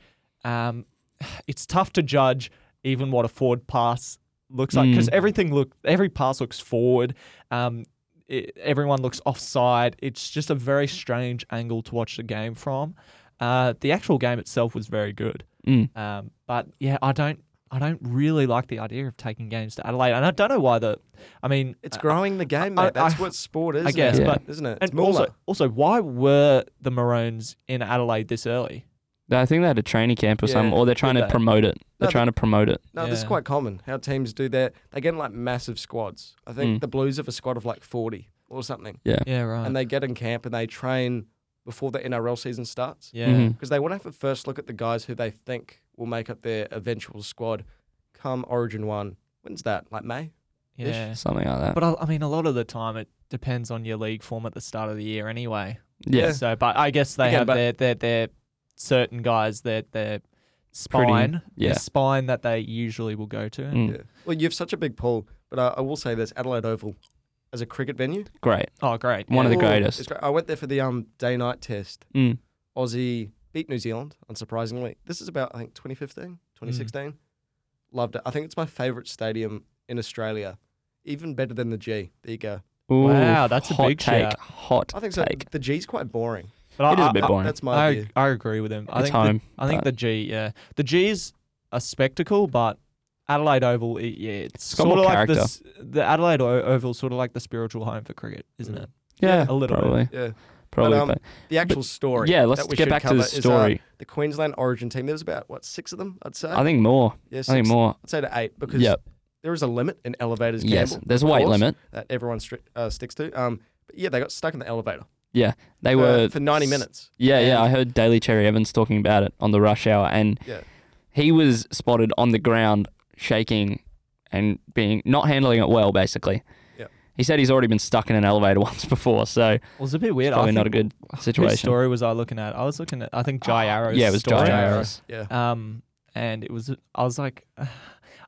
um, it's tough to judge even what a forward pass looks like because
Mm.
everything look every pass looks forward. Um, it, everyone looks offside. It's just a very strange angle to watch the game from. Uh, the actual game itself was very good,
Mm.
um, but yeah, I don't. I don't really like the idea of taking games to Adelaide, and I don't know why the. I mean,
Uh,
It's growing the game,
I-
mate. That's
I-
what sport is.
I guess,
isn't it?
but-
isn't it? It's
and
more
also, also, why were the Maroons in Adelaide this early?
I think they had a training camp or
Yeah,
something, or they're trying to
they?
promote it. They're
they-
trying to promote it.
No, this is
Yeah.
quite common. How teams do that. They get in like massive squads. I think
Mm.
the Blues have a squad of like 40 or something.
Yeah, right.
And they get in camp and they train before the NRL season starts
yeah,
Mhm.
because they want to have a first look at the guys who they think will make up their eventual squad come Origin 1. When's that? Like May?
yeah.
Something like that.
But I, I mean, a lot of the time it depends on your league form at the start of the year, anyway.
yeah.
So, but I guess they
Again,
have
but-
their, their their certain guys their their spine,
yeah.
their spine that they usually will go to.
Mm.
Yeah. Well, you have such a big pool, but uh, I, I will say this Adelaide Oval as a cricket venue.
Great.
Oh, great.
One of the
Ooh,
greatest.
it's great. I went there for the um, day night test.
Mm.
Aussie beat New Zealand, unsurprisingly. This is about, I think, 2015, 2016.
Hmm.
Loved it. I think it's my favourite stadium in Australia, even better than the G. There you go.
Ooh,
Wow, that's a
hot
big
take.
shout.
Hot
I think so.
take.
The G's quite boring.
But
It
I,
is a bit
I-
boring.
That's my
I,
view.
I agree with him. I
It's
think
home,
The, I think
but-
the G, yeah, the G is a spectacle, but Adelaide Oval, i- yeah, it's,
got
sort
more
of like the s- the Adelaide O- Oval, sort of like the spiritual home for cricket, isn't it?
Yeah,
a little bit.
probably,
Yeah.
probably.
um,
but-
The actual story.
yeah, let's
that we
get
should
back to the
cover is, uh,
story.
the Queensland Origin team. There was about what six of them, I'd say.
I think more.
yeah, six,
I think more.
I'd say to eight because
Yep.
there is a limit in elevators.
Yes,
gamble,
there's a
of
weight
course,
limit.
that everyone stri- uh, sticks to. Um, but yeah, they got stuck in the elevator.
Yeah, they
for-
were
for ninety
s-
minutes.
Yeah, yeah.
And-
I heard Daily Cherry Evans talking about it on the rush hour, and
Yeah.
he was spotted on the ground shaking and being not handling it well. Basically,
Yeah.
he said he's already been stuck in an elevator once before, so
Well, it's a bit weird. I
probably not a
think-
good
Whose
situation. Ah,
story was I looking at? I was looking at I think Jai Arrow's
yeah, it was
story.
Jai Arrows.
Yeah.
Um, and it was I was like, I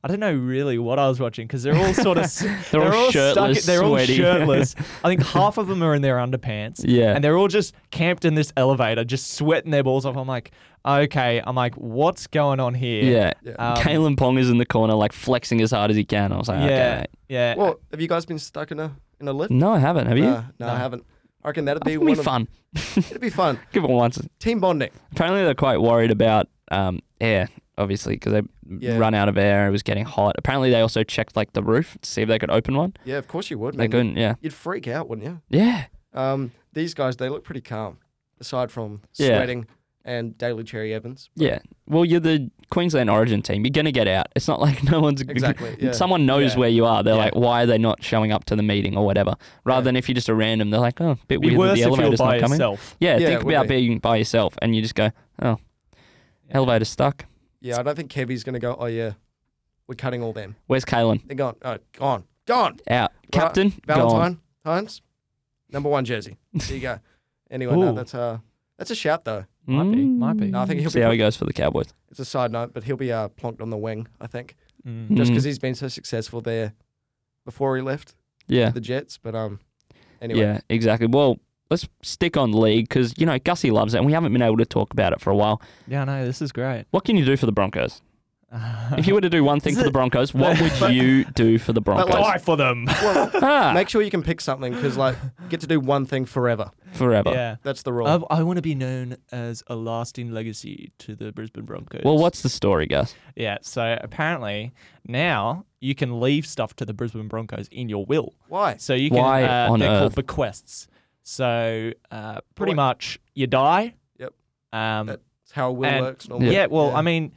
I don't know really what I was watching because they're all sort of s-
They're all shirtless,
stuck, they're
sweaty.
all shirtless. I think half of them are in their underpants.
Yeah.
and they're all just camped in this elevator, just sweating their balls off. I'm like, okay, I'm like, what's going on here?
Yeah.
Um,
Kalen Pong is in the corner, like flexing as hard as he can. I was like,
yeah,
okay.
yeah.
Well, have you guys been stuck in a in a lift?
No, I haven't. Have you?
Nah, no, I haven't. I reckon that'd be
It'll
one
be
of-
fun.
It'd be fun.
Give it once.
Team bonding.
Apparently, they're quite worried about um, air, obviously, because they
Yeah.
run out of air. It was getting hot. Apparently, they also checked like the roof to see if they could open one.
Yeah, of course you would.
They
Man.
couldn't. Yeah.
You'd freak out, wouldn't you?
Yeah.
Um, these guys, they look pretty calm, aside from
Yeah.
sweating and Daily Cherry Evans.
Yeah. Well, you're the Queensland Origin team. You're gonna get out. It's not like no one's
Exactly, yeah.
Someone knows
Yeah.
where you are. They're
Yeah.
like, why are they not showing up to the meeting or whatever? Rather
Yeah.
than if you're just a random, they're like, oh, bit
It'd be
weird that
worse
the
if you were
elevator's
by
not coming.
yourself.
Yeah,
Yeah,
think
it would
about
be.
being by yourself, and you just go, "Oh, elevator's stuck."
Yeah, I don't think Kevy's going to go, oh, yeah, we're cutting all them.
Where's Kalen?
They're gone. Oh, gone. Gone.
Out,
Right,
captain.
Valentine
Gone.
Holmes, number one jersey. There you go. Anyway, no,
Ooh.
that's uh, that's a shout though.
Might be,
Mm.
might be.
No, I think he'll
See
be.
how he goes for the Cowboys.
It's a side note, but he'll be uh, plonked on the wing. I think
Mm.
just
Mm.
because he's been so successful there before he left
Yeah,
the Jets. But um, anyway,
yeah, exactly. Well, let's stick on league because you know Gussie loves it, and we haven't been able to talk about it for a while.
Yeah, no, this is great.
What can you do for the Broncos? If you were to do one thing
Is
for the
it-
Broncos, what would you do for the
like-
Broncos?
die for them.
Ah,
make sure you can pick something because like get to do one thing forever.
forever.
yeah.
That's the rule.
I, I want to be known as a lasting legacy to the Brisbane Broncos.
Well, what's the story, Gus?
Yeah, so apparently now you can leave stuff to the Brisbane Broncos in your will.
Why?
So you can.
Why
uh,
on
they're
earth?
called bequests. So uh, pretty
Why?
much you die.
Yep.
Um,
That- That's how a will
and-
works.
yeah.
Normally.
Well, I mean,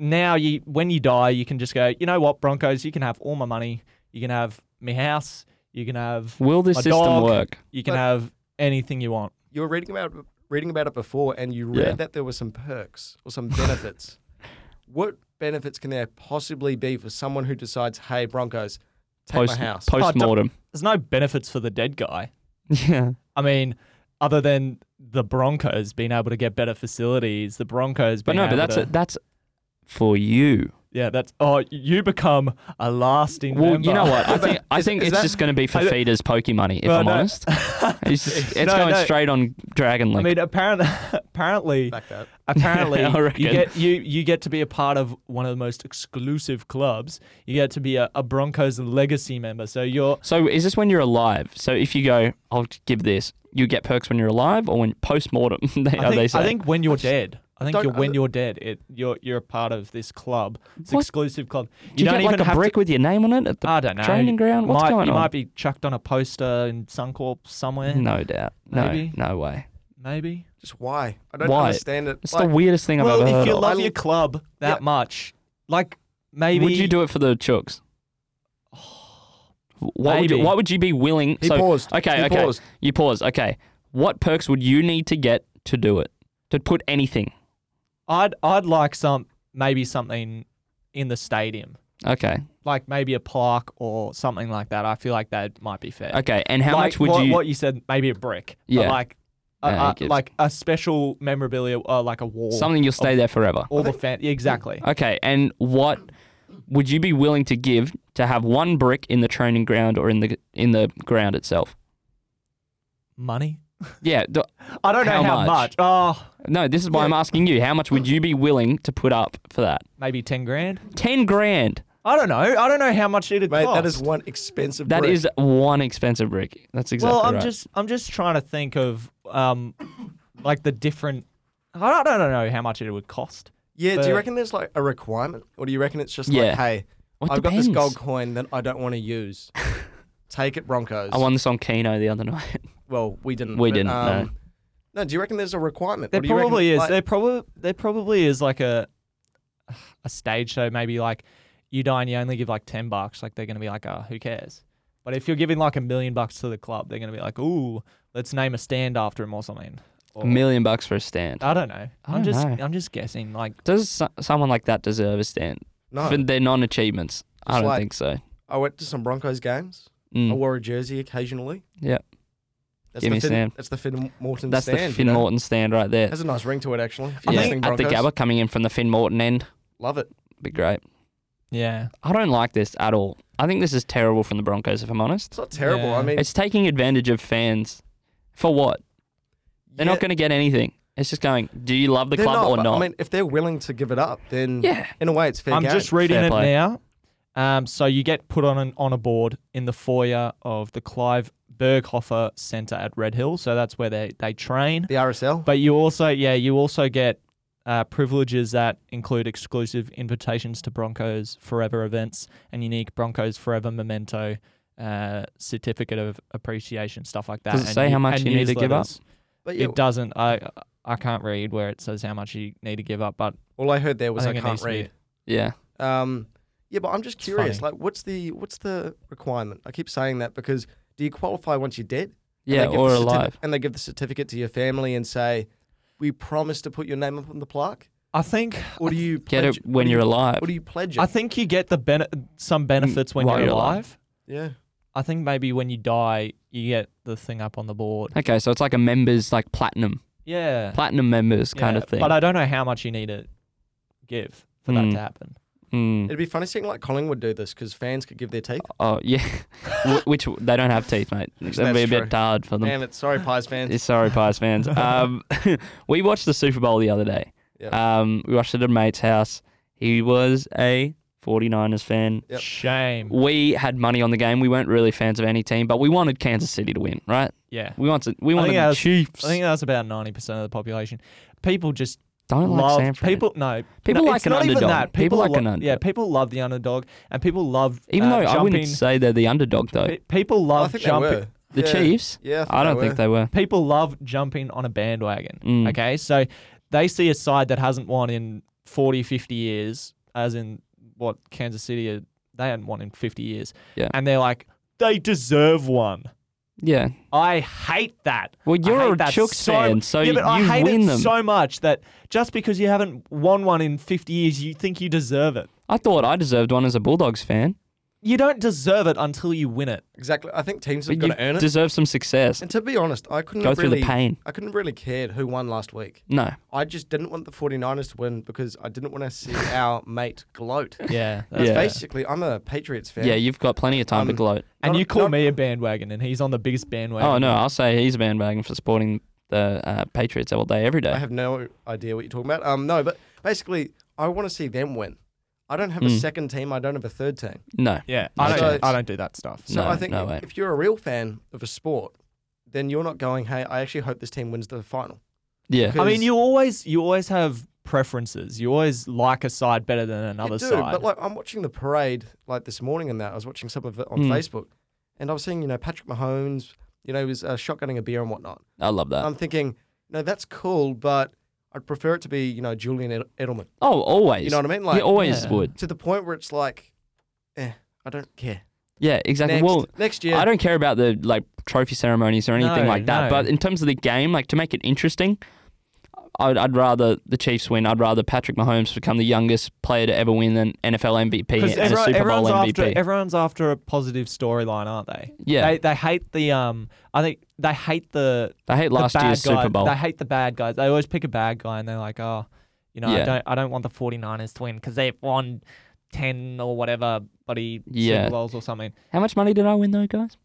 now you when you die, you can just go. You know what, Broncos? You can have all my money. You can have me house. You can have.
Will this
My
system
dog.
work?
You can
But-
have anything you want.
you were reading about reading about it before, and you read
Yeah.
that there were some perks or some benefits. what benefits can there possibly be for someone who decides, "Hey, Broncos, take
Post
my house"?
post mortem.
There's no benefits for the dead guy.
Yeah.
I mean, other than the Broncos being able to get better facilities, the Broncos.
But
Being
no, but
able
that's
to,
a, that's for you.
yeah, that's oh, you become a lasting.
Well,
member.
you know what? I
But
think I
is-
think
is
it's
that-
just going to be for
I don't-
feeders pokey money. If
Well,
I'm
no.
honest, it's, just, it's
No,
going
no.
straight on Dragon
I
Link.
mean, apparently, apparently,
Back that.
apparently,
I reckon.
you get you you get to be a part of one of the most exclusive clubs. You get to be a, a Broncos legacy member. So you're
so is this when you're alive? So if you go, I'll give this. You get perks when you're alive or when post mortem. they,
I
are they
think, I
saying?
think when you're dead. I think
don't-
you're, when
I-
you're dead, it you're you're a part of this club. It's
What?
exclusive club. You,
do you,
don't
get
even
like a
have
brick
to,
with your name on it at the
I don't know.
training ground? What's
might,
going
You
on?
might be chucked on a poster in Suncorp somewhere.
no doubt. No,
Maybe.
no way.
Maybe.
Just why? I don't
Why?
understand it.
It's
Like,
the weirdest thing
Well,
I've ever
if
heard
you
of.
love
I-
your club that
Yeah.
much, like maybe
Would you do it for the chooks? What would, you,
Maybe.
what would you be willing?
He
so,
paused.
Okay,
He
okay.
paused.
You paused. Okay. What perks would you need to get to do it? To put anything.
I'd I'd like some maybe something in the stadium,
Okay.
like maybe a plaque or something like that. I feel like that might be fair.
Okay. And how
Like
much would
what,
you?
What you said, maybe a brick. but
Yeah.
like a,
Yeah,
a-
it gives-
like a special memorabilia, uh, like a wall.
something you'll stay there forever.
All the fan. Yeah, exactly.
Okay. And what would you be willing to give to have one brick in the training ground or in the in the ground itself?
Money.
Yeah. th-
I don't know
How
how
much?
much. Oh,
no. This is why I'm asking you. How much would you be willing to put up for that?
maybe ten grand.
Ten grand.
I don't know. I don't know how much it'd
Mate,
cost.
that is one expensive.
That
brick.
is one expensive brick. That's exactly
well, I'm
right.
just I'm just trying to think of um, like the different. I don't, I don't know how much it would cost.
Yeah. do
but-
you reckon there's like a requirement, or do you reckon it's just
Yeah.
like, hey,
Well, it
I've got this
depends.
gold coin that I don't want to use. Take it, Broncos.
I won this on Keno the other night.
Well, we didn't.
We
but, um,
didn't, no.
no. do you reckon there's a requirement?
There
Or do you reckon,
probably is.
like-
there probably there probably is like a a stage show. Maybe like you die and you only give like ten bucks. Like they're gonna be like, oh, who cares? But if you're giving like a million bucks to the club, they're gonna be like, ooh, let's name a stand after him or something. Or,
A million bucks for a stand.
I don't know.
I
I'm
don't
just
know.
I'm just guessing. Like
Does so- someone like that deserve a stand
No.
for their non-achievements? I
Oh. Just
don't
like-
think so.
I went to some Broncos games. I
Mm.
wore a jersey occasionally.
Yep.
That's
Give
the
me
Finn,
Sam.
That's the Finn Morton
That's
stand.
the
you
Finn
know?
Morton stand right there.
Has a nice ring to it, actually. if
I
you're
think
listening,
at the
Broncos.
Gabba coming in from the Finn Morton end.
Love it.
Be great.
Yeah.
I don't like this at all. I think this is terrible from the Broncos, if I'm honest.
It's not terrible.
Yeah.
I mean,
It's taking advantage of fans. For what? They're
yeah,
not going to get anything. It's just going, do you love the
they're
club or
but,
not?
I mean, if they're willing to give it up, then
Yeah.
in a way, it's fair
I'm
game.
just reading
Fair
it
play.
now. Um, so you get put on an, on a board in the foyer of the Clive Berghofer Centre at Red Hill. So that's where they, they train.
the RSL.
But you also, yeah, you also get uh, privileges that include exclusive invitations to Broncos Forever events and unique Broncos Forever memento, uh, certificate of appreciation, stuff like that.
Does it
and
say
you-
how much
and
you need to give up?
newsletters.
But yeah,
It doesn't. I I can't read where it says how much you need to give up, but
all I heard there was I,
think it
can't
needs to be-
read.
yeah.
Um, yeah, but I'm just curious.
funny.
Like, what's the what's the requirement? I keep saying that because do you qualify once you're dead? And
Yeah,
they give
or
the certifi-
alive.
And they give the certificate to your family and say, "We promise to put your name up on the plaque."
I think
Or do you
Get
pledge,
it when
or do
you're
you-
alive.
Or do you pledge it?
I think you get the bene-
Mm,
some benefits when
while
you're
you're
alive.
alive.
yeah.
I think maybe when you die, you get the thing up on the board.
Okay, so it's like a members, like platinum,
Yeah,
platinum members kind
Yeah,
of thing.
uh,
But I don't know how much you need to give for
Mm.
that to happen.
Mm.
It'd be funny seeing like Collingwood do this because fans could give their teeth.
Oh yeah, Wh- which they don't have teeth, mate. That'd be a
that's
bit
true.
hard for them.
Damn it! Sorry, Pies fans.
Sorry, Pies fans. Um, we watched the Super Bowl the other day.
Yep.
Um, we watched it at a mate's house. He was a 49ers fan.
Yep.
Shame.
We had money on the game. We weren't really fans of any team, but we wanted Kansas City to win, right?
Yeah.
We wanted we
I
wanted
think,
the
that's,
Chiefs.
I think that's about ninety percent of the population. People just
don't like
love
San Fran.
people. No,
People
no,
like
it's
an
not Even
underdog.
that.
People like an
lo- Yeah,
underdog.
people love the underdog, and people love
Even
uh,
though
jumping,
I wouldn't say they're the underdog though.
pe- people
I
love
think
jumping.
they were.
the
Yeah.
Chiefs.
Yeah,
I don't think
were.
they were.
people love jumping on a bandwagon.
Mm.
Okay. So they see a side that hasn't won in 40, 50 years, as in what Kansas City, uh, they hadn't won in 50 years.
Yeah.
And they're like, they deserve one.
Yeah.
I hate that.
Well,
I
you're
hate
a
that
Chooks fan, so
yeah, but I
you
hate
win
it
them.
so much that just because you haven't won one in 50 years, you think you deserve it.
I thought I deserved one as a Bulldogs fan.
You don't deserve it until you win it.
Exactly. I think teams have
But
got
you
to earn it.
deserve some success.
and to be honest, I couldn't
Go
have
through the
really-
pain.
I couldn't have really cared who won last week.
No.
I just didn't want the 49ers to win because I didn't want to see our mate gloat.
Yeah.
Yeah.
Basically, I'm a Patriots fan.
Yeah, you've got plenty of time to
Um,
gloat.
And
Not-
you call
not-
me a bandwagon, and he's on the biggest bandwagon.
Oh no, I'll say he's a bandwagon for supporting the uh, Patriots all day, every day.
I have no idea what you're talking about. Um, no, but basically, I want to see them win. I don't
Hmm.
have a second team. I don't have a third team.
no,
Yeah,
No
I
chance.
don't, I don't do that stuff.
So
No,
I think
no way.
if you're a real fan of a sport, then you're not going, "Hey, I actually hope this team wins the final."
yeah,
Okay.
I mean,
Because-
you always you always have preferences. You always like a side better than another
you do,
side.
but like I'm watching the parade like this morning and that. I was watching some of it on
Mm.
Facebook, and I was seeing you know Patrick Mahomes, you know, he was uh, shotgunning a beer and whatnot.
I love that.
I'm thinking, no, that's cool, but I'd prefer it to be, you know, Julian Ed- Edelman.
oh, always.
You know what I mean?
he
Like
always
Yeah.
would.
to the point where it's like, eh, I don't care.
Yeah, exactly.
Next,
Well,
next year,
I don't care about the like trophy ceremonies or anything
No,
like that.
no.
But in terms of the game, like to make it interesting, I'd, I'd rather the Chiefs win. I'd rather Patrick Mahomes become the youngest player to ever win an NFL MVP and
because
a Super Bowl
everyone's
MVP.
after everyone's after a positive storyline, aren't they?
Yeah.
They, they hate the um. I think they hate the
I hate
the
last
bad
year's
guy-
Super Bowl.
They hate the bad guys. They always pick a bad guy, and they're like, oh, you know, I
Yeah.
don't I don't want the 49ers to win because they've won ten or whatever bloody
Yeah.
Super Bowls or something.
How much money did I win though, guys?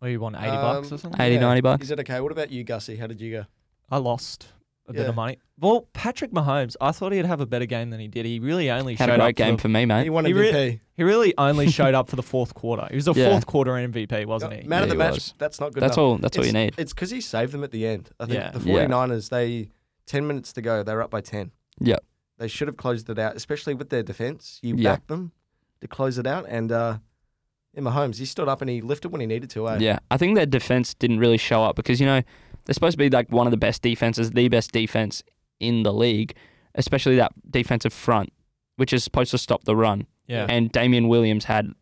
Or you won eighty
Um,
bucks or something.
80, 90 bucks.
Is it okay? What about you, Gussie? How did you go?
I lost a bit
Yeah.
of money. Well, Patrick Mahomes, I thought he'd have a better game than he did. He really only
Had
showed
a
up
great
for
game
the-
for me, mate.
He won
He
MVP.
re- he really only showed up for the fourth quarter. He was a
Yeah.
fourth quarter MVP, wasn't
Uh,
he?
Man of
Yeah,
the
he
match.
was.
That's not good.
That's
enough.
all. That's all you
It's-
need.
It's because he saved them at the end. I think
Yeah.
the
Yeah.
49ers, they 10 minutes to go, they were up by 10.
Yep.
They should have closed it out, especially with their defense. You
Yeah.
backed them to close it out. And uh, in Mahomes, he stood up and he lifted when he needed to. Eh?
Yeah, I think their defense didn't really show up because you know they're supposed to be like one of the best defenses, the best defense in the league, especially that defensive front, which is supposed to stop the run.
Yeah.
And Damian Williams had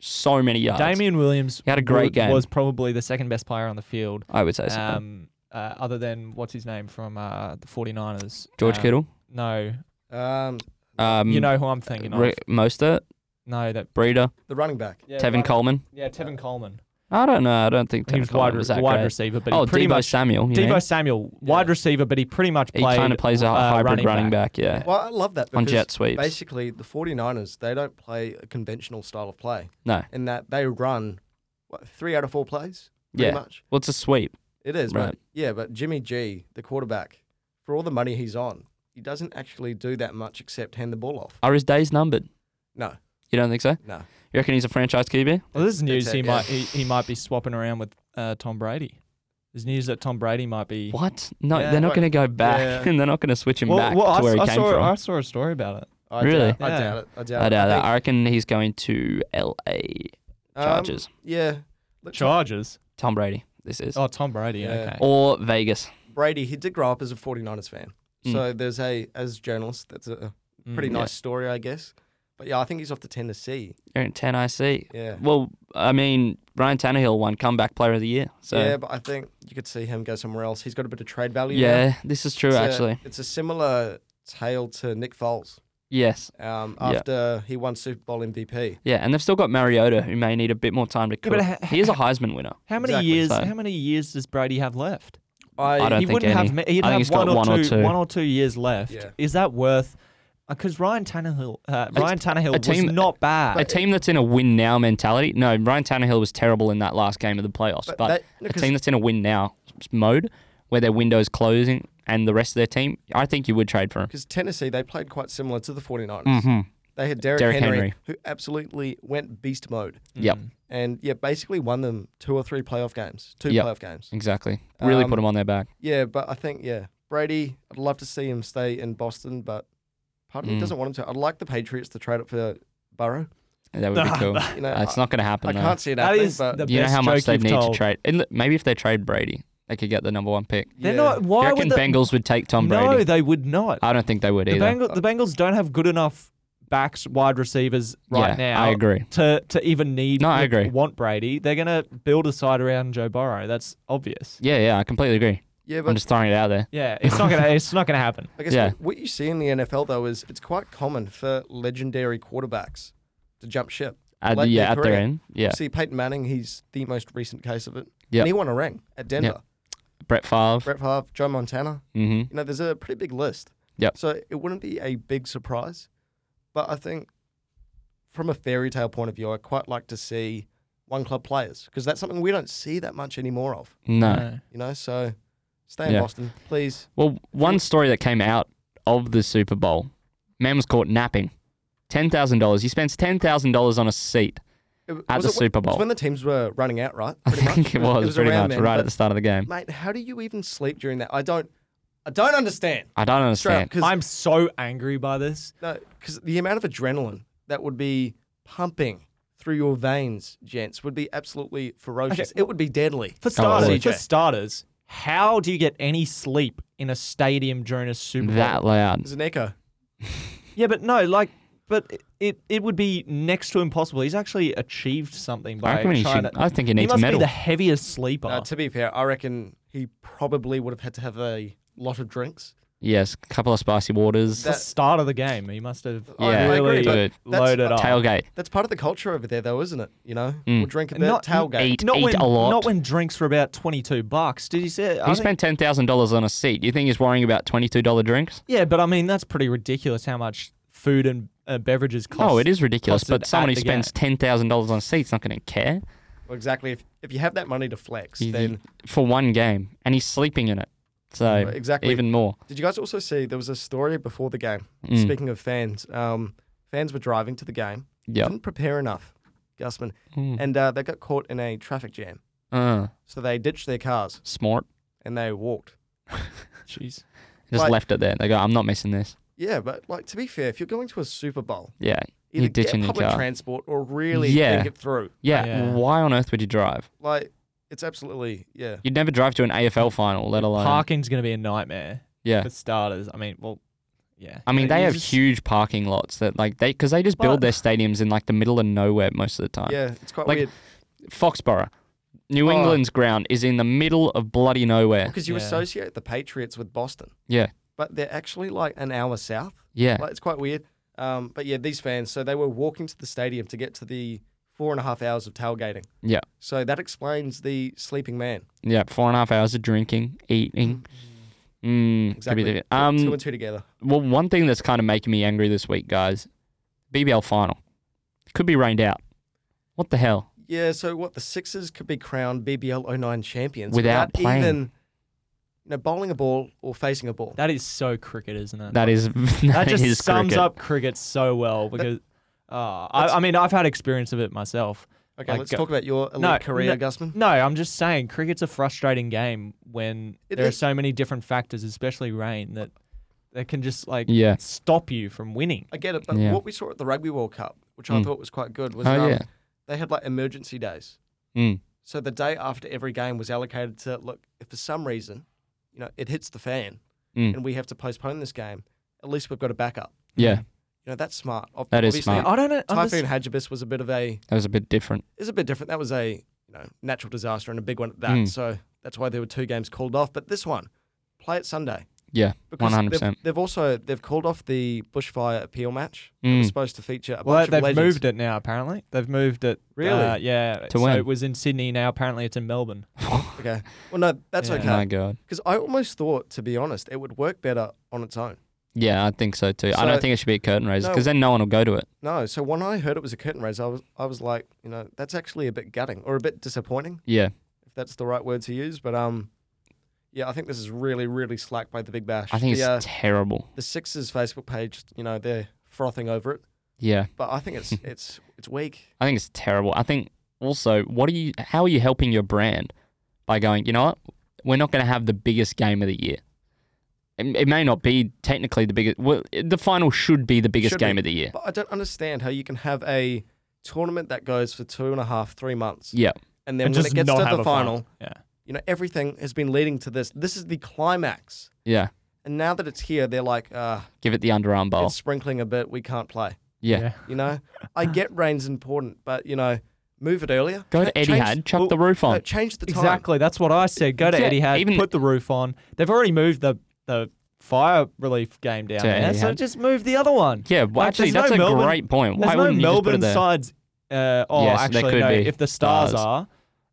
so many yards.
Damian Williams
He had a great
wa-
game.
was probably the second best player on the field,
I would say so.
um, uh, other than what's his name from uh, the 49ers?
George
Um,
Kittle.
No,
Um,
Um,
you know who I'm thinking
Re-
of.
Mostert,
No, that
Breeder,
the running back.
yeah,
Tevin Coleman.
Yeah, Tevin Coleman.
I don't know. I don't think
He
Tim
was
Collins
wide,
was
re-
that
wide
great.
receiver, but
oh,
he pretty
Debo
much
Samuel. You
Debo
know?
Samuel, wide receiver, but he pretty much
He
played.
kind of plays a
uh,
hybrid
running, back.
yeah.
Well, I love that because
On jet sweeps.
basically the 49ers, they don't play a conventional style of play
No.
in that they run what, three out of four plays, pretty
Yeah.
much.
Well, it's a sweep.
It is,
Right.
but yeah, but Jimmy G, the quarterback, for all the money he's on, he doesn't actually do that much except hand the ball off.
Are his days numbered?
No,
You don't think so? You
no.
reckon he's a franchise QB?
Well, this is news.
That's
He
it, yeah.
might he, he might be swapping around with uh, Tom Brady. There's news that Tom Brady might be.
What? No,
Yeah.
they're not going to go back,
Yeah.
and they're not going to switch him
Well,
back
well, I,
to where
s-
he
I
came
saw
from.
I saw a story about it.
I
Really?
Doubt,
Yeah.
I doubt it. I doubt
I
it.
doubt that.
think-
I reckon he's going to L.A.
um,
Chargers.
yeah. Looks like
Charges.
Tom Brady. This is
Oh, Tom Brady.
Yeah.
Okay.
or Vegas.
Brady, he did grow up as a 49ers fan.
Mm.
So there's a, as a journalist, that's a pretty
Mm.
nice story, I guess. But yeah, I think he's off to Tennessee.
You're in 10 IC.
Yeah.
Well, I mean, Ryan Tannehill won comeback player of the year. So
yeah,
yeah,
but I think you could see him go somewhere else. He's got a bit of trade value. now.
this is true
It's a-
actually.
it's a similar tale to Nick Foles
Yes.
um,
Yeah.
after he won Super Bowl MVP.
Yeah, and they've still got Mariota, who may need a bit more time to cook.
but ha-
he is a Heisman winner.
How many
Exactly.
years?
So-
How many years does Brady have left?
I,
I don't
he
think
wouldn't
any.
have. ma-
I think
He'd have
he's
one
got one or two.
One or two years left.
Yeah.
Is that worth? Because Ryan Tannehill, uh, Ryan Tannehill was
team-
not
A
bad.
team that's in a win now mentality. No, Ryan Tannehill was terrible in that last game of the playoffs. But,
But that- no,
a
'cause-
team that's in a win now mode, where their window's closing and the rest of their team, I think you would trade for him.
Because Tennessee, they played quite similar to the 49ers.
Mhm.
They had Derrick,
Derrick
Henry,
Henry.
who absolutely went beast mode
Yep,
Mm.
and, yeah, basically won them two or three playoff games, two
Yep.
playoff games.
exactly. Really
Um,
put him on their back.
Yeah, but I think, yeah, Brady, I'd love to see him stay in Boston, but part of me
Mm.
doesn't want him to. I'd like the Patriots to trade up for Burrow.
That would be cool.
You know,
Uh, it's not going to happen.
I
though.
can't see it
That
happening,
is
but
the
you know
best
how much
joke
they
you've
need
told.
to trade. and look, maybe if they trade Brady, they could get the number one pick.
They're
yeah.
not. Why
you
would
reckon
the,
Bengals would take Tom Brady?
No, they would not.
I don't think they would
the,
either.
Bengal, the Bengals don't have good enough backs, wide receivers right
Yeah,
now.
I agree.
To to even need
No, I agree.
want Brady. They're gonna build a side around Joe Burrow. That's obvious.
Yeah, yeah, I completely agree.
Yeah,
I'm
but
just throwing it out there.
Yeah, it's not gonna it's not gonna happen.
I guess
Yeah.
what, what you see in the NFL though is it's quite common for legendary quarterbacks to jump ship.
At,
late in
yeah, at their
career.
end. Yeah.
See Peyton Manning, he's the most recent case of it.
Yep.
And he won a ring at Denver.
Brett Favre.
Brett Favre, Joe Montana.
hmm
You know, there's a pretty big list.
Yep.
So it wouldn't be a big surprise, but I think from a fairy tale point of view, I quite like to see one club players because that's something we don't see that much anymore of.
No.
You know, so stay in
Yeah.
Boston, please.
Well, one story that came out of the Super Bowl man was caught napping. $10,000. He spends $10,000 on a seat.
It w-
At
was
the
it w-
Super
it was
Bowl.
when the teams were running out, right?
I
Pretty much.
think it was, pretty
around
much
then,
right
but-
at the start of the game.
Mate, how do you even sleep during that? I don't, I don't understand.
I don't
Straight
understand.
up, because
I'm so angry by this.
the amount of adrenaline that would be pumping through your veins, gents, would be absolutely ferocious. It would be deadly.
For starters, for
CJ.
starters, how do you get any sleep in a stadium during a Super Bowl?
that loud.
There's an echo.
Yeah, but no, like, but it it would be next to impossible. He's actually achieved something
I
by
reckon he
trying
should-
to.
I think he needs
must
medal.
be the heaviest sleeper.
Uh, to be fair, I reckon he probably would have had to have a lot of drinks.
Yes, a couple of spicy waters.
It's the start of the game. He must have
I- I agree,
really
but Dude.
that's-
loaded up.
Tailgate.
That's part of the culture over there, though, isn't it? You know,
Mm.
we'll drink a bit,
Not-
tailgate.
Eight,
not
eat
when,
a lot.
Not when drinks were about twenty-two bucks. Did you see? it? I
He spent
think-
$10,000 on a seat. You think he's worrying about $22 drinks?
yeah, but I mean that's pretty ridiculous. How much food and uh, beverages cost?
Oh, it is ridiculous.
costed
But someone
at
who
the
spends $10,000 on a seat's not going to care.
Well, exactly. If, if you have that money to flex,
He-
then
for one game, and he's sleeping in it. So
Right, Mm. exactly.
even more.
Did you guys also see there was a story before the game?
Mm.
Speaking of fans, um, fans were driving to the game,
Yeah.
didn't prepare enough, Gusman,
Mm.
and uh, they got caught in a traffic jam.
Uh,
So they ditched their cars
smart.
and they walked.
Jeez.
Just
Like-
left it there. They go, I'm not missing this.
Yeah, but like to be fair, if you're going to a Super Bowl,
Yeah.
either
You're
get
ditching your
public
car.
transport or really
Yeah.
think it through.
yeah.
Yeah.
Why on earth would you drive?
Like it's absolutely yeah.
You'd never drive to an AFL final, let alone.
Parking's going to be a nightmare
Yeah.
for starters. I mean, well, yeah.
I mean,
Yeah,
they
you
have
just-
huge parking lots that, like, they, because they just build their stadiums in, like, the middle of nowhere most of the time.
Yeah, it's quite
Like-
weird
Foxborough, New
Oh.
England's ground is in the middle of bloody nowhere.
because you
Yeah.
associate the Patriots with Boston,
Yeah.
but they're actually like an hour south.
Yeah.
Like, it's quite weird. Um, but yeah, these fans, so they were walking to the stadium to get to the four and a half hours of tailgating.
Yeah.
So that explains the sleeping man.
Yeah, four and a half hours of drinking, eating. Mm, could be
Exactly.
the-
Put two
um,
and two together.
well, one thing that's kind of making me angry this week, guys, BBL final could be rained out. What the hell?
Yeah, so what the Sixers could be crowned BBL 09 champions
Without playing.
even you know, bowling a ball or facing a ball.
That is so cricket, isn't it?
That is
That just
is
sums
cricket.
up cricket so well because. Uh, I, I mean, I've had experience of it myself.
okay,
like,
let's
go-
talk about your elite
No,
career,
no-
Gusman.
No, I'm just saying, cricket's a frustrating game when
It
there are
is.
so many different factors, especially rain, that that can just like
Yeah.
stop you from winning.
I get it, but
Yeah. Mm.
what we saw at the Rugby World Cup, which I thought was quite good, was
Oh,
um,
yeah.
they had like emergency days.
Mm.
So the day after every game was allocated to look, if for some reason, you know, it hits the fan
Mm.
and we have to postpone this game, at least we've got a backup.
Yeah,
You know, that's smart. Ob-
That is
obviously,
smart.
I don't know. I'm
Typhoon
just-
Hagibis was a bit of a
that was a bit different.
is a bit different. That was a you know natural disaster and a big one at that.
Mm.
So that's why there were two games called off. But this one, play it Sunday.
Yeah,
Because
one hundred
they've,
percent.
they've also they've called off the bushfire appeal match. It
Mm.
was supposed to feature a
well,
bunch
they've
of legends.
moved it now. Apparently, they've moved it.
Really?
uh, yeah.
To
so
when?
it was in Sydney. Now apparently it's in Melbourne.
Okay. Well, no, that's
Yeah.
okay. 'Cause
My
okay.
God.
Because I almost thought, to be honest, it would work better on its own.
Yeah, I think so too. I
So-
don't think it should be a curtain raiser
No.
because then no one will go to it.
No, so when I heard it was a curtain raiser, I was I was like, you know, that's actually a bit gutting or a bit disappointing,
Yeah,
if that's the right word to use. But um, yeah, I think this is really really slack by the Big Bash.
I think it's
the, uh,
terrible.
the Sixers Facebook page, you know, they're frothing over it.
Yeah,
But I think it's it's it's weak.
I think it's terrible. I think also, what are you? How are you helping your brand by going? You know what? We're not going to have the biggest game of the year. It, it may not be technically the biggest. Well, the final should be the biggest
Should be.
game of the year.
But I don't understand how you can have a tournament that goes for two and a half, three months,
Yeah,
and then
And
when
just
it gets to
not
the
have
final,
a final. Yeah.
you know, everything has been leading to this. This is the climax,
yeah.
and now that it's here, they're like, uh,
Give it the underarm bowl.
Oh.
it's sprinkling a bit. We can't play.
Yeah.
You know, I get rain's important, but you know, move it earlier.
Go
Ch-
to Eddie
change-
Had, chuck
well, uh,
the roof
no,
on.
change the time.
Exactly. That's what I said. Go to
Yeah,
Eddie Had,
even-
put the roof on. They've already moved the the fire relief game down
To
there,
Etihad.
so just move the other one.
yeah, well,
Like,
actually,
uh, there's
that's
no
a
Melbourne-
great point. Why
There's no
wouldn't you just put it
Melbourne
there?
sides. Uh, oh,
Yes, there
actually,
could
no.
be
If the stars,
stars.
are,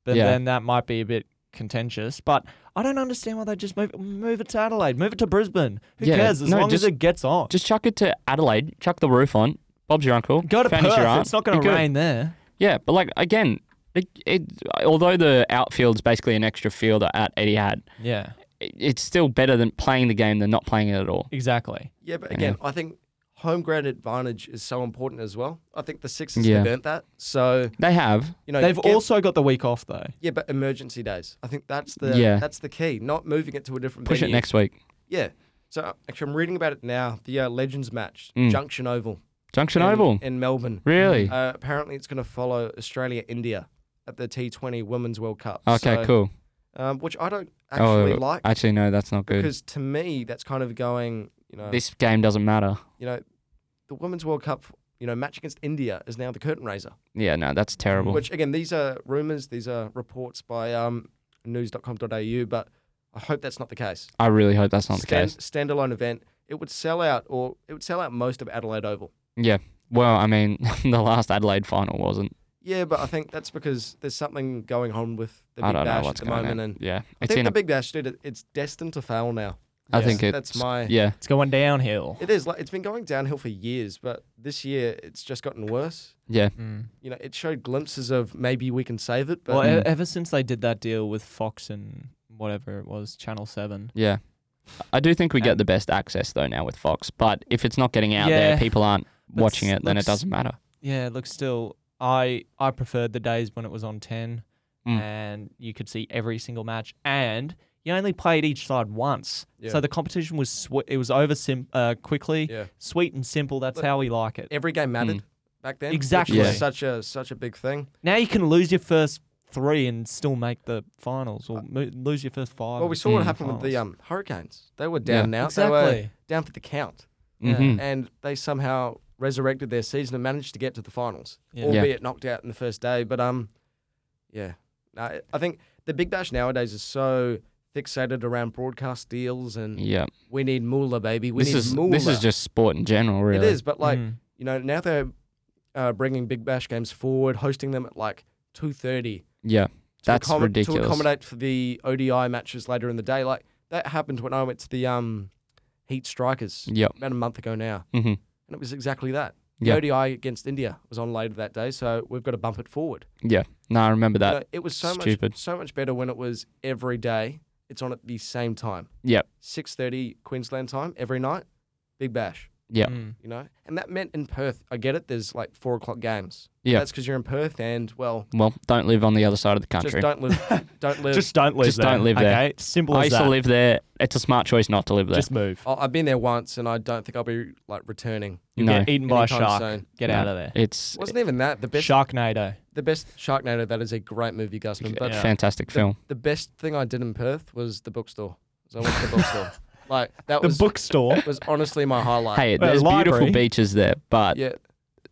then,
Yeah.
then that might be a bit contentious. But I don't understand why they just move move it to Adelaide, move it to Brisbane. Who
Yeah,
cares? As
no,
long
just-
as it gets on.
Just chuck it to Adelaide, chuck the roof on. Bob's your uncle.
go to
Fanny's
Perth.
Your aunt.
It's not going
You're
to
good.
rain there.
Yeah, but like again, it, it although the outfield's basically an extra field at Etihad,
Yeah,
it, it's still better than playing the game than not playing it at all.
exactly.
Yeah, but again, I think home ground advantage is so important as well. I think the Sixers
Yeah.
have earned that. So
They have.
you know,
They've
get-
also got the week off though.
Yeah, but emergency days. I think that's the
Yeah.
that's the key. Not moving it to a different.
Push it
venue.
next week.
Yeah. So uh, actually, I'm reading about it now. The uh, Legends match,
Mm.
Junction Oval,
Junction
in,
Oval.
in Melbourne.
Really?
Uh, apparently, it's going to follow Australia India at the T20 Women's World Cup.
okay,
So,
cool.
Um, which I don't actually
oh,
like
actually no, that's not good.
because uh, to me that's kind of going. You know,
This game doesn't matter.
you know, the Women's World Cup. You know, match against India is now the curtain raiser.
Yeah, no, that's terrible.
Which again, these are rumors, these are reports by um, news.com.au, but I hope that's not the case.
I really hope that's not the
Stand,
case.
standalone event, it would sell out, or it would sell out most of Adelaide Oval.
Yeah. Well, I mean, the last Adelaide final wasn't.
Yeah, but I think that's because there's something going on with the
I
Big
don't know
Bash at
what's
the
going
moment,
on.
and
yeah,
I
it's
think
in
the
a.
Big Bash, dude, it- it's destined to fail now.
I
Yes,
think it's.
that's my-
Yeah,
It's going downhill.
It is like it's been going downhill for years, but this year it's just gotten worse.
yeah.
Mm.
You know, it showed glimpses of maybe we can save it, but
Well,
Mm.
e- ever since they did that deal with Fox and whatever it was, Channel Seven.
Yeah. I do think we get
And-
the best access though now with Fox, but if it's not getting out there,
Yeah.
people aren't
But
watching
s-
it, then it
looks-
doesn't matter.
Yeah, look, still, I I preferred the days when it was on ten, Hmm.
Mm.
and you could see every single match, and you only played each side once,
Yeah.
so the competition was sw- it was over sim- uh, quickly,
Yeah.
sweet and simple. That's
But-
how we like it.
every game mattered back then. which was
Exactly.
Hmm. Yeah.
such a such a big thing.
Now you can lose your first three and still make the finals, or mo- lose your first five. Mm.
Well, we
and
saw
still
Hmm.
what
make
happened with the
finals.
um, Hurricanes. They were down now. They were
Exactly.
down for the count.
Yeah.
Mhm.
And they somehow resurrected their season and managed to get to the finals,
Yeah.
Yeah.
albeit knocked out in the first day. But um, yeah, No, I- I think the Big Bash nowadays is so fixated around broadcast deals and
Yeah.
we need moolah, baby. We
this
need
is
moolah.
this is just sport in general, really.
It is, but like,
Mm.
you know, now they're uh, bringing Big Bash games forward, hosting them at like two thirty.
Yeah, that's
accom- To
ridiculous.
accommodate for the ODI matches later in the day, like that happened when I went to the um, Heat Strikers
Yep.
about a month ago now,
hmm
and it was exactly that. The
Mm. Yeah.
ODI against India was on later that day, so we've got to bump it forward.
Yeah. No, I remember that.
No, it was so
stupid.
much so much better when it was every day. It's on at the same time,
Yep.
six thirty Queensland time every night. Big Bash.
Yep.
you know? And that meant in Perth, I get it, there's like four o'clock games.
Yeah.
That's because you're in Perth and, well,
Well, don't live on the other side of the
just
country.
don't live. Don't live.
Just don't live
Just
there.
don't live
okay?
there.
Simple
I
as
used
that.
to live there. It's a smart choice not to live there.
Just move.
I- I've been there once and I don't think I'll be like returning.
You
no.
get eaten by a
Anytime
shark.
soon.
Get
No.
out of there.
It's
Wasn't even that the best?
Sharknado.
The best Sharknado. That is a great movie, Gusman. But
a fantastic film.
the best thing I did in Perth was the bookstore. So I went to the bookstore. Like that
The
was
bookstore.
was honestly my highlight.
Hey,
Well,
there's beautiful
library.
beaches there, but
Yeah.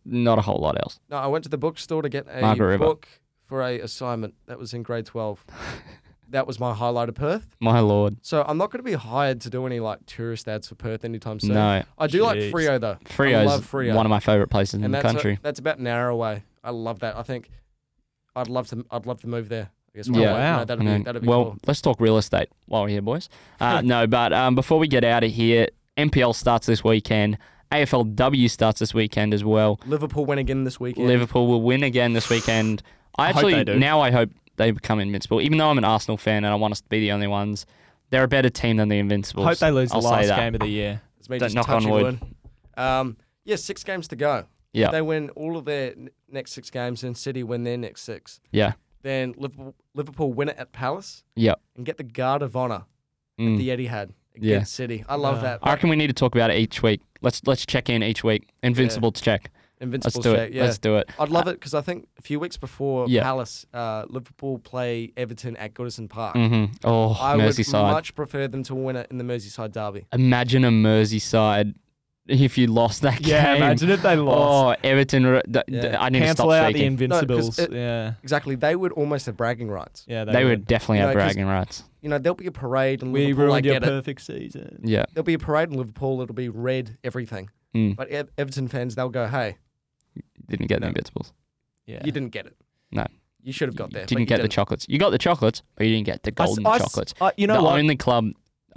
not a whole lot else.
No, I went to the bookstore to get a
Margaret River.
book for a assignment. That was in grade twelve. that was my highlight of Perth.
My lord.
So I'm not going to be hired to do any like tourist ads for Perth anytime soon.
No.
I do like
Jeez.
Frio though. I
Frio's
love Frio.
one of my favorite places in
and
the
that's a-
country.
that's about an hour away. I love that. I think I'd love to. I'd love to move there. I guess. one
Yeah.
day. You know,
Wow.
that'd
I
be
know.
that'd be
well,
cool.
let's talk real estate while we're here, boys. Uh, no, but um, before we get out of here, NPL starts this weekend. AFLW starts this weekend as well.
Liverpool went again this weekend.
Liverpool will win again this weekend. I
hope
actually
they do.
now I hope they become invincible. Even though I'm an Arsenal fan and I want us to be the only ones, they're a better team than the Invincibles.
Hope they lose
I'll
the
say
last
that.
game of the year.
It's me
Don't
just
knock on
touching
wood.
Um, yeah, six games to go.
Yeah.
They win all of their n- next six games, and City win their next six.
Yeah,
Then Liverpool, Liverpool win it at Palace
yeah.
and get the guard of honour
Mm.
the Etihad against
Yeah.
City. I love
Wow.
that.
I reckon we need to talk about it each week. Let's let's check in each week. Invincible to check. Let's
Invincible
do
state,
it.
Yeah.
Let's do it.
I'd love it because I think a few weeks before
Uh, Yeah.
Palace, uh, Liverpool play Everton at Goodison Park.
hmm Oh,
I
Merseyside.
would much prefer them to win it in the Merseyside derby.
imagine a Merseyside if you lost that
Yeah,
game.
imagine if they lost.
Oh, Everton. re- th- th-
Yeah.
I need
Cancel
to stop
out the
speaking.
Invincibles.
it-
yeah.
Exactly, they would almost have bragging rights.
Yeah,
they would definitely
You
have
know, 'cause-
bragging rights.
You know, there'll be a parade and
We
Liverpool. I
ruined your
get it.
perfect season.
Yeah.
There'll be a parade in Liverpool. It'll be red everything.
Mm.
But Ev- Everton fans, they'll go, "Hey,
Didn't get the Invincibles.
Yeah.
you didn't get it.
No.
you should have got there. but
Didn't
you
get the
didn't.
chocolates. You got the chocolates, but you didn't get the
I s-
golden
I s-
chocolates.
I- you know
the
what?
only club,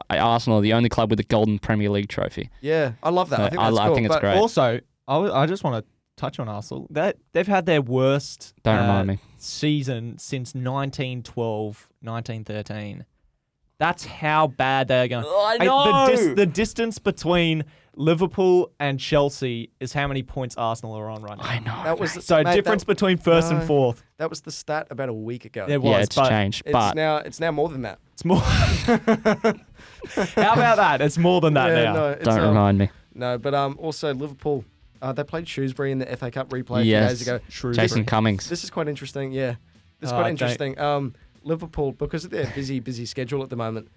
I- Arsenal, are the only club with a golden Premier League trophy.
Yeah, I love that.
Uh,
I think
I
that's
lo- I
cool.
think it's
but
great.
Also, I, w- I just want to touch on Arsenal. That they've had their worst
Don't
uh,
remind me.
season since 1912, 1913. That's how bad they are going.
Oh,
I the, dis- the distance between Liverpool and Chelsea is how many points Arsenal are on right now.
I know.
That was the,
So
mate, that-
difference between first
no.
and fourth.
That was the stat about a week ago.
There was,
yeah, it's
but
changed,
it's
but
now it's now more than that.
it's more. how about that? It's more than that
yeah,
now.
no, it's,
don't
um,
remind me.
No, but um, also Liverpool, uh, they played Shrewsbury in the FA Cup replay a few
Yes.
days ago.
Jason Cummings.
This is quite interesting. Yeah, this is
Oh,
quite
I don't-
interesting. Um, Liverpool, because of their busy, busy schedule at the moment,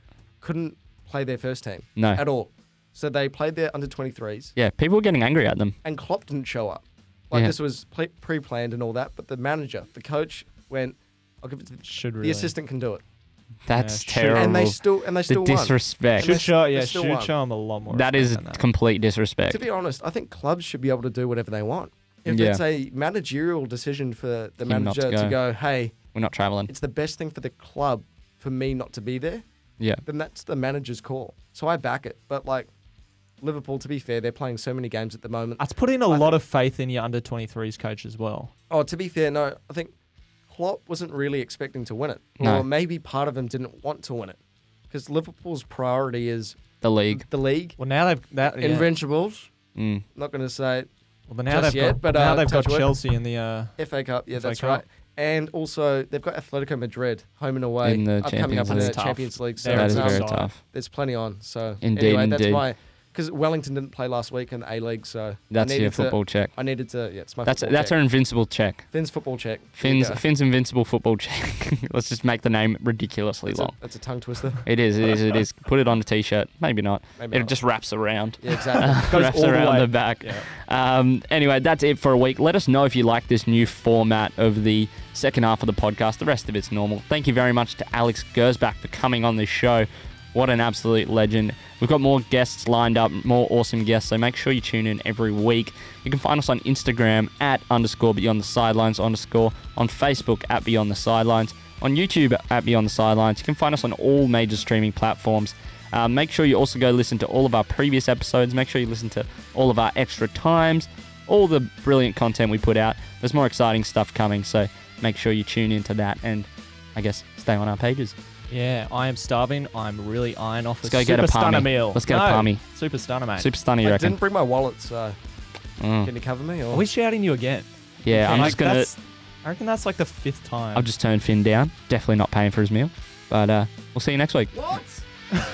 couldn't play their first team
No.
at all. So they played their under 23s,
Yeah, people were getting angry at them.
and Klopp didn't show up. Like
Yeah.
this was pl- pre-planned and all that, but the manager, the coach, went. I'll give it to the,
Should
the
really.
assistant can do it,
That's
shoot.
terrible.
and they still and they
the
still won.
disrespect.
And they
should show,
s- they
yeah,
still
should
won.
show him a lot more.
That is
respect than
complete disrespect.
To be honest, I think clubs should be able to do whatever they want. If
Yeah.
it's a managerial decision for the
Him not to
manager to go.
go.
hey,
We're not traveling.
it's the best thing for the club for me not to be there,
Yeah.
then that's the manager's call. So I back it. But like Liverpool, to be fair, they're playing so many games at the moment.
That's putting a lot of faith in your under 23s coach as well.
Oh, to be fair, no, I think Klopp wasn't really expecting to win it,
No.
or maybe part of him didn't want to win it, because Liverpool's priority is
The league.
the league,
Well, now they've that. Yeah.
Invincibles.
Mm.
Not going to say it.
well, now
just
they've
yet,
got,
but,
now
uh,
they've got
touch wood.
Chelsea in the. Uh,
FA Cup. Yeah,
FA
that's
Cup.
right. And also, they've got Atletico Madrid home and away
In the
up-
Champions
coming up in
League.
the
That's tough.
Champions League. So
There
That
it's,
is
um,
very
Sorry.
tough.
there's plenty on. So
Indeed,
anyway, that's
indeed.
my because Wellington didn't play last week in the A League. So I
That's your
needed to-
football check.
I needed to. Yeah, it's my.
That's
football
that's
check.
our invincible check.
Finn's football check. There you
Finn's
go.
Finn's invincible football check. Let's just make the name ridiculously
That's a,
long.
that's a tongue twister.
It is, it is, it is. Put it on a t-shirt. Maybe not.
Maybe
it
not.
just wraps around.
Yeah, exactly.
Goes
wraps
all the
around
way.
the back. Um, anyway, that's it for a week. Let us know if you like this new format of the second half of the podcast. The rest of it's normal. Thank you very much to Alex Gersbach for coming on this show. What an absolute legend. We've got more guests lined up, more awesome guests, so make sure you tune in every week. You can find us on Instagram at underscore beyond the sidelines underscore, on Facebook at beyond the sidelines, on YouTube at beyond the sidelines. You can find us on all major streaming platforms. Uh, make sure you also go listen to all of our previous episodes. Make sure you listen to all of our extra times, all the brilliant content we put out. There's more exciting stuff coming, so make sure you tune into that and I guess stay on our pages.
Yeah, I am starving. I'm really iron off
Let's go get a
super stunner
palmy.
meal.
Let's get a
No,
palmy.
Super stunner, mate.
Super stunning, you
I
reckon? Mm. Hmm.
didn't bring my wallet, so can you cover me? Or
Are we shouting you again?
Yeah, I'm
Like,
just gonna.
that's- I reckon that's like the fifth time.
I've just turned Finn down. Definitely not paying for his meal. But uh, we'll see you next week.
What?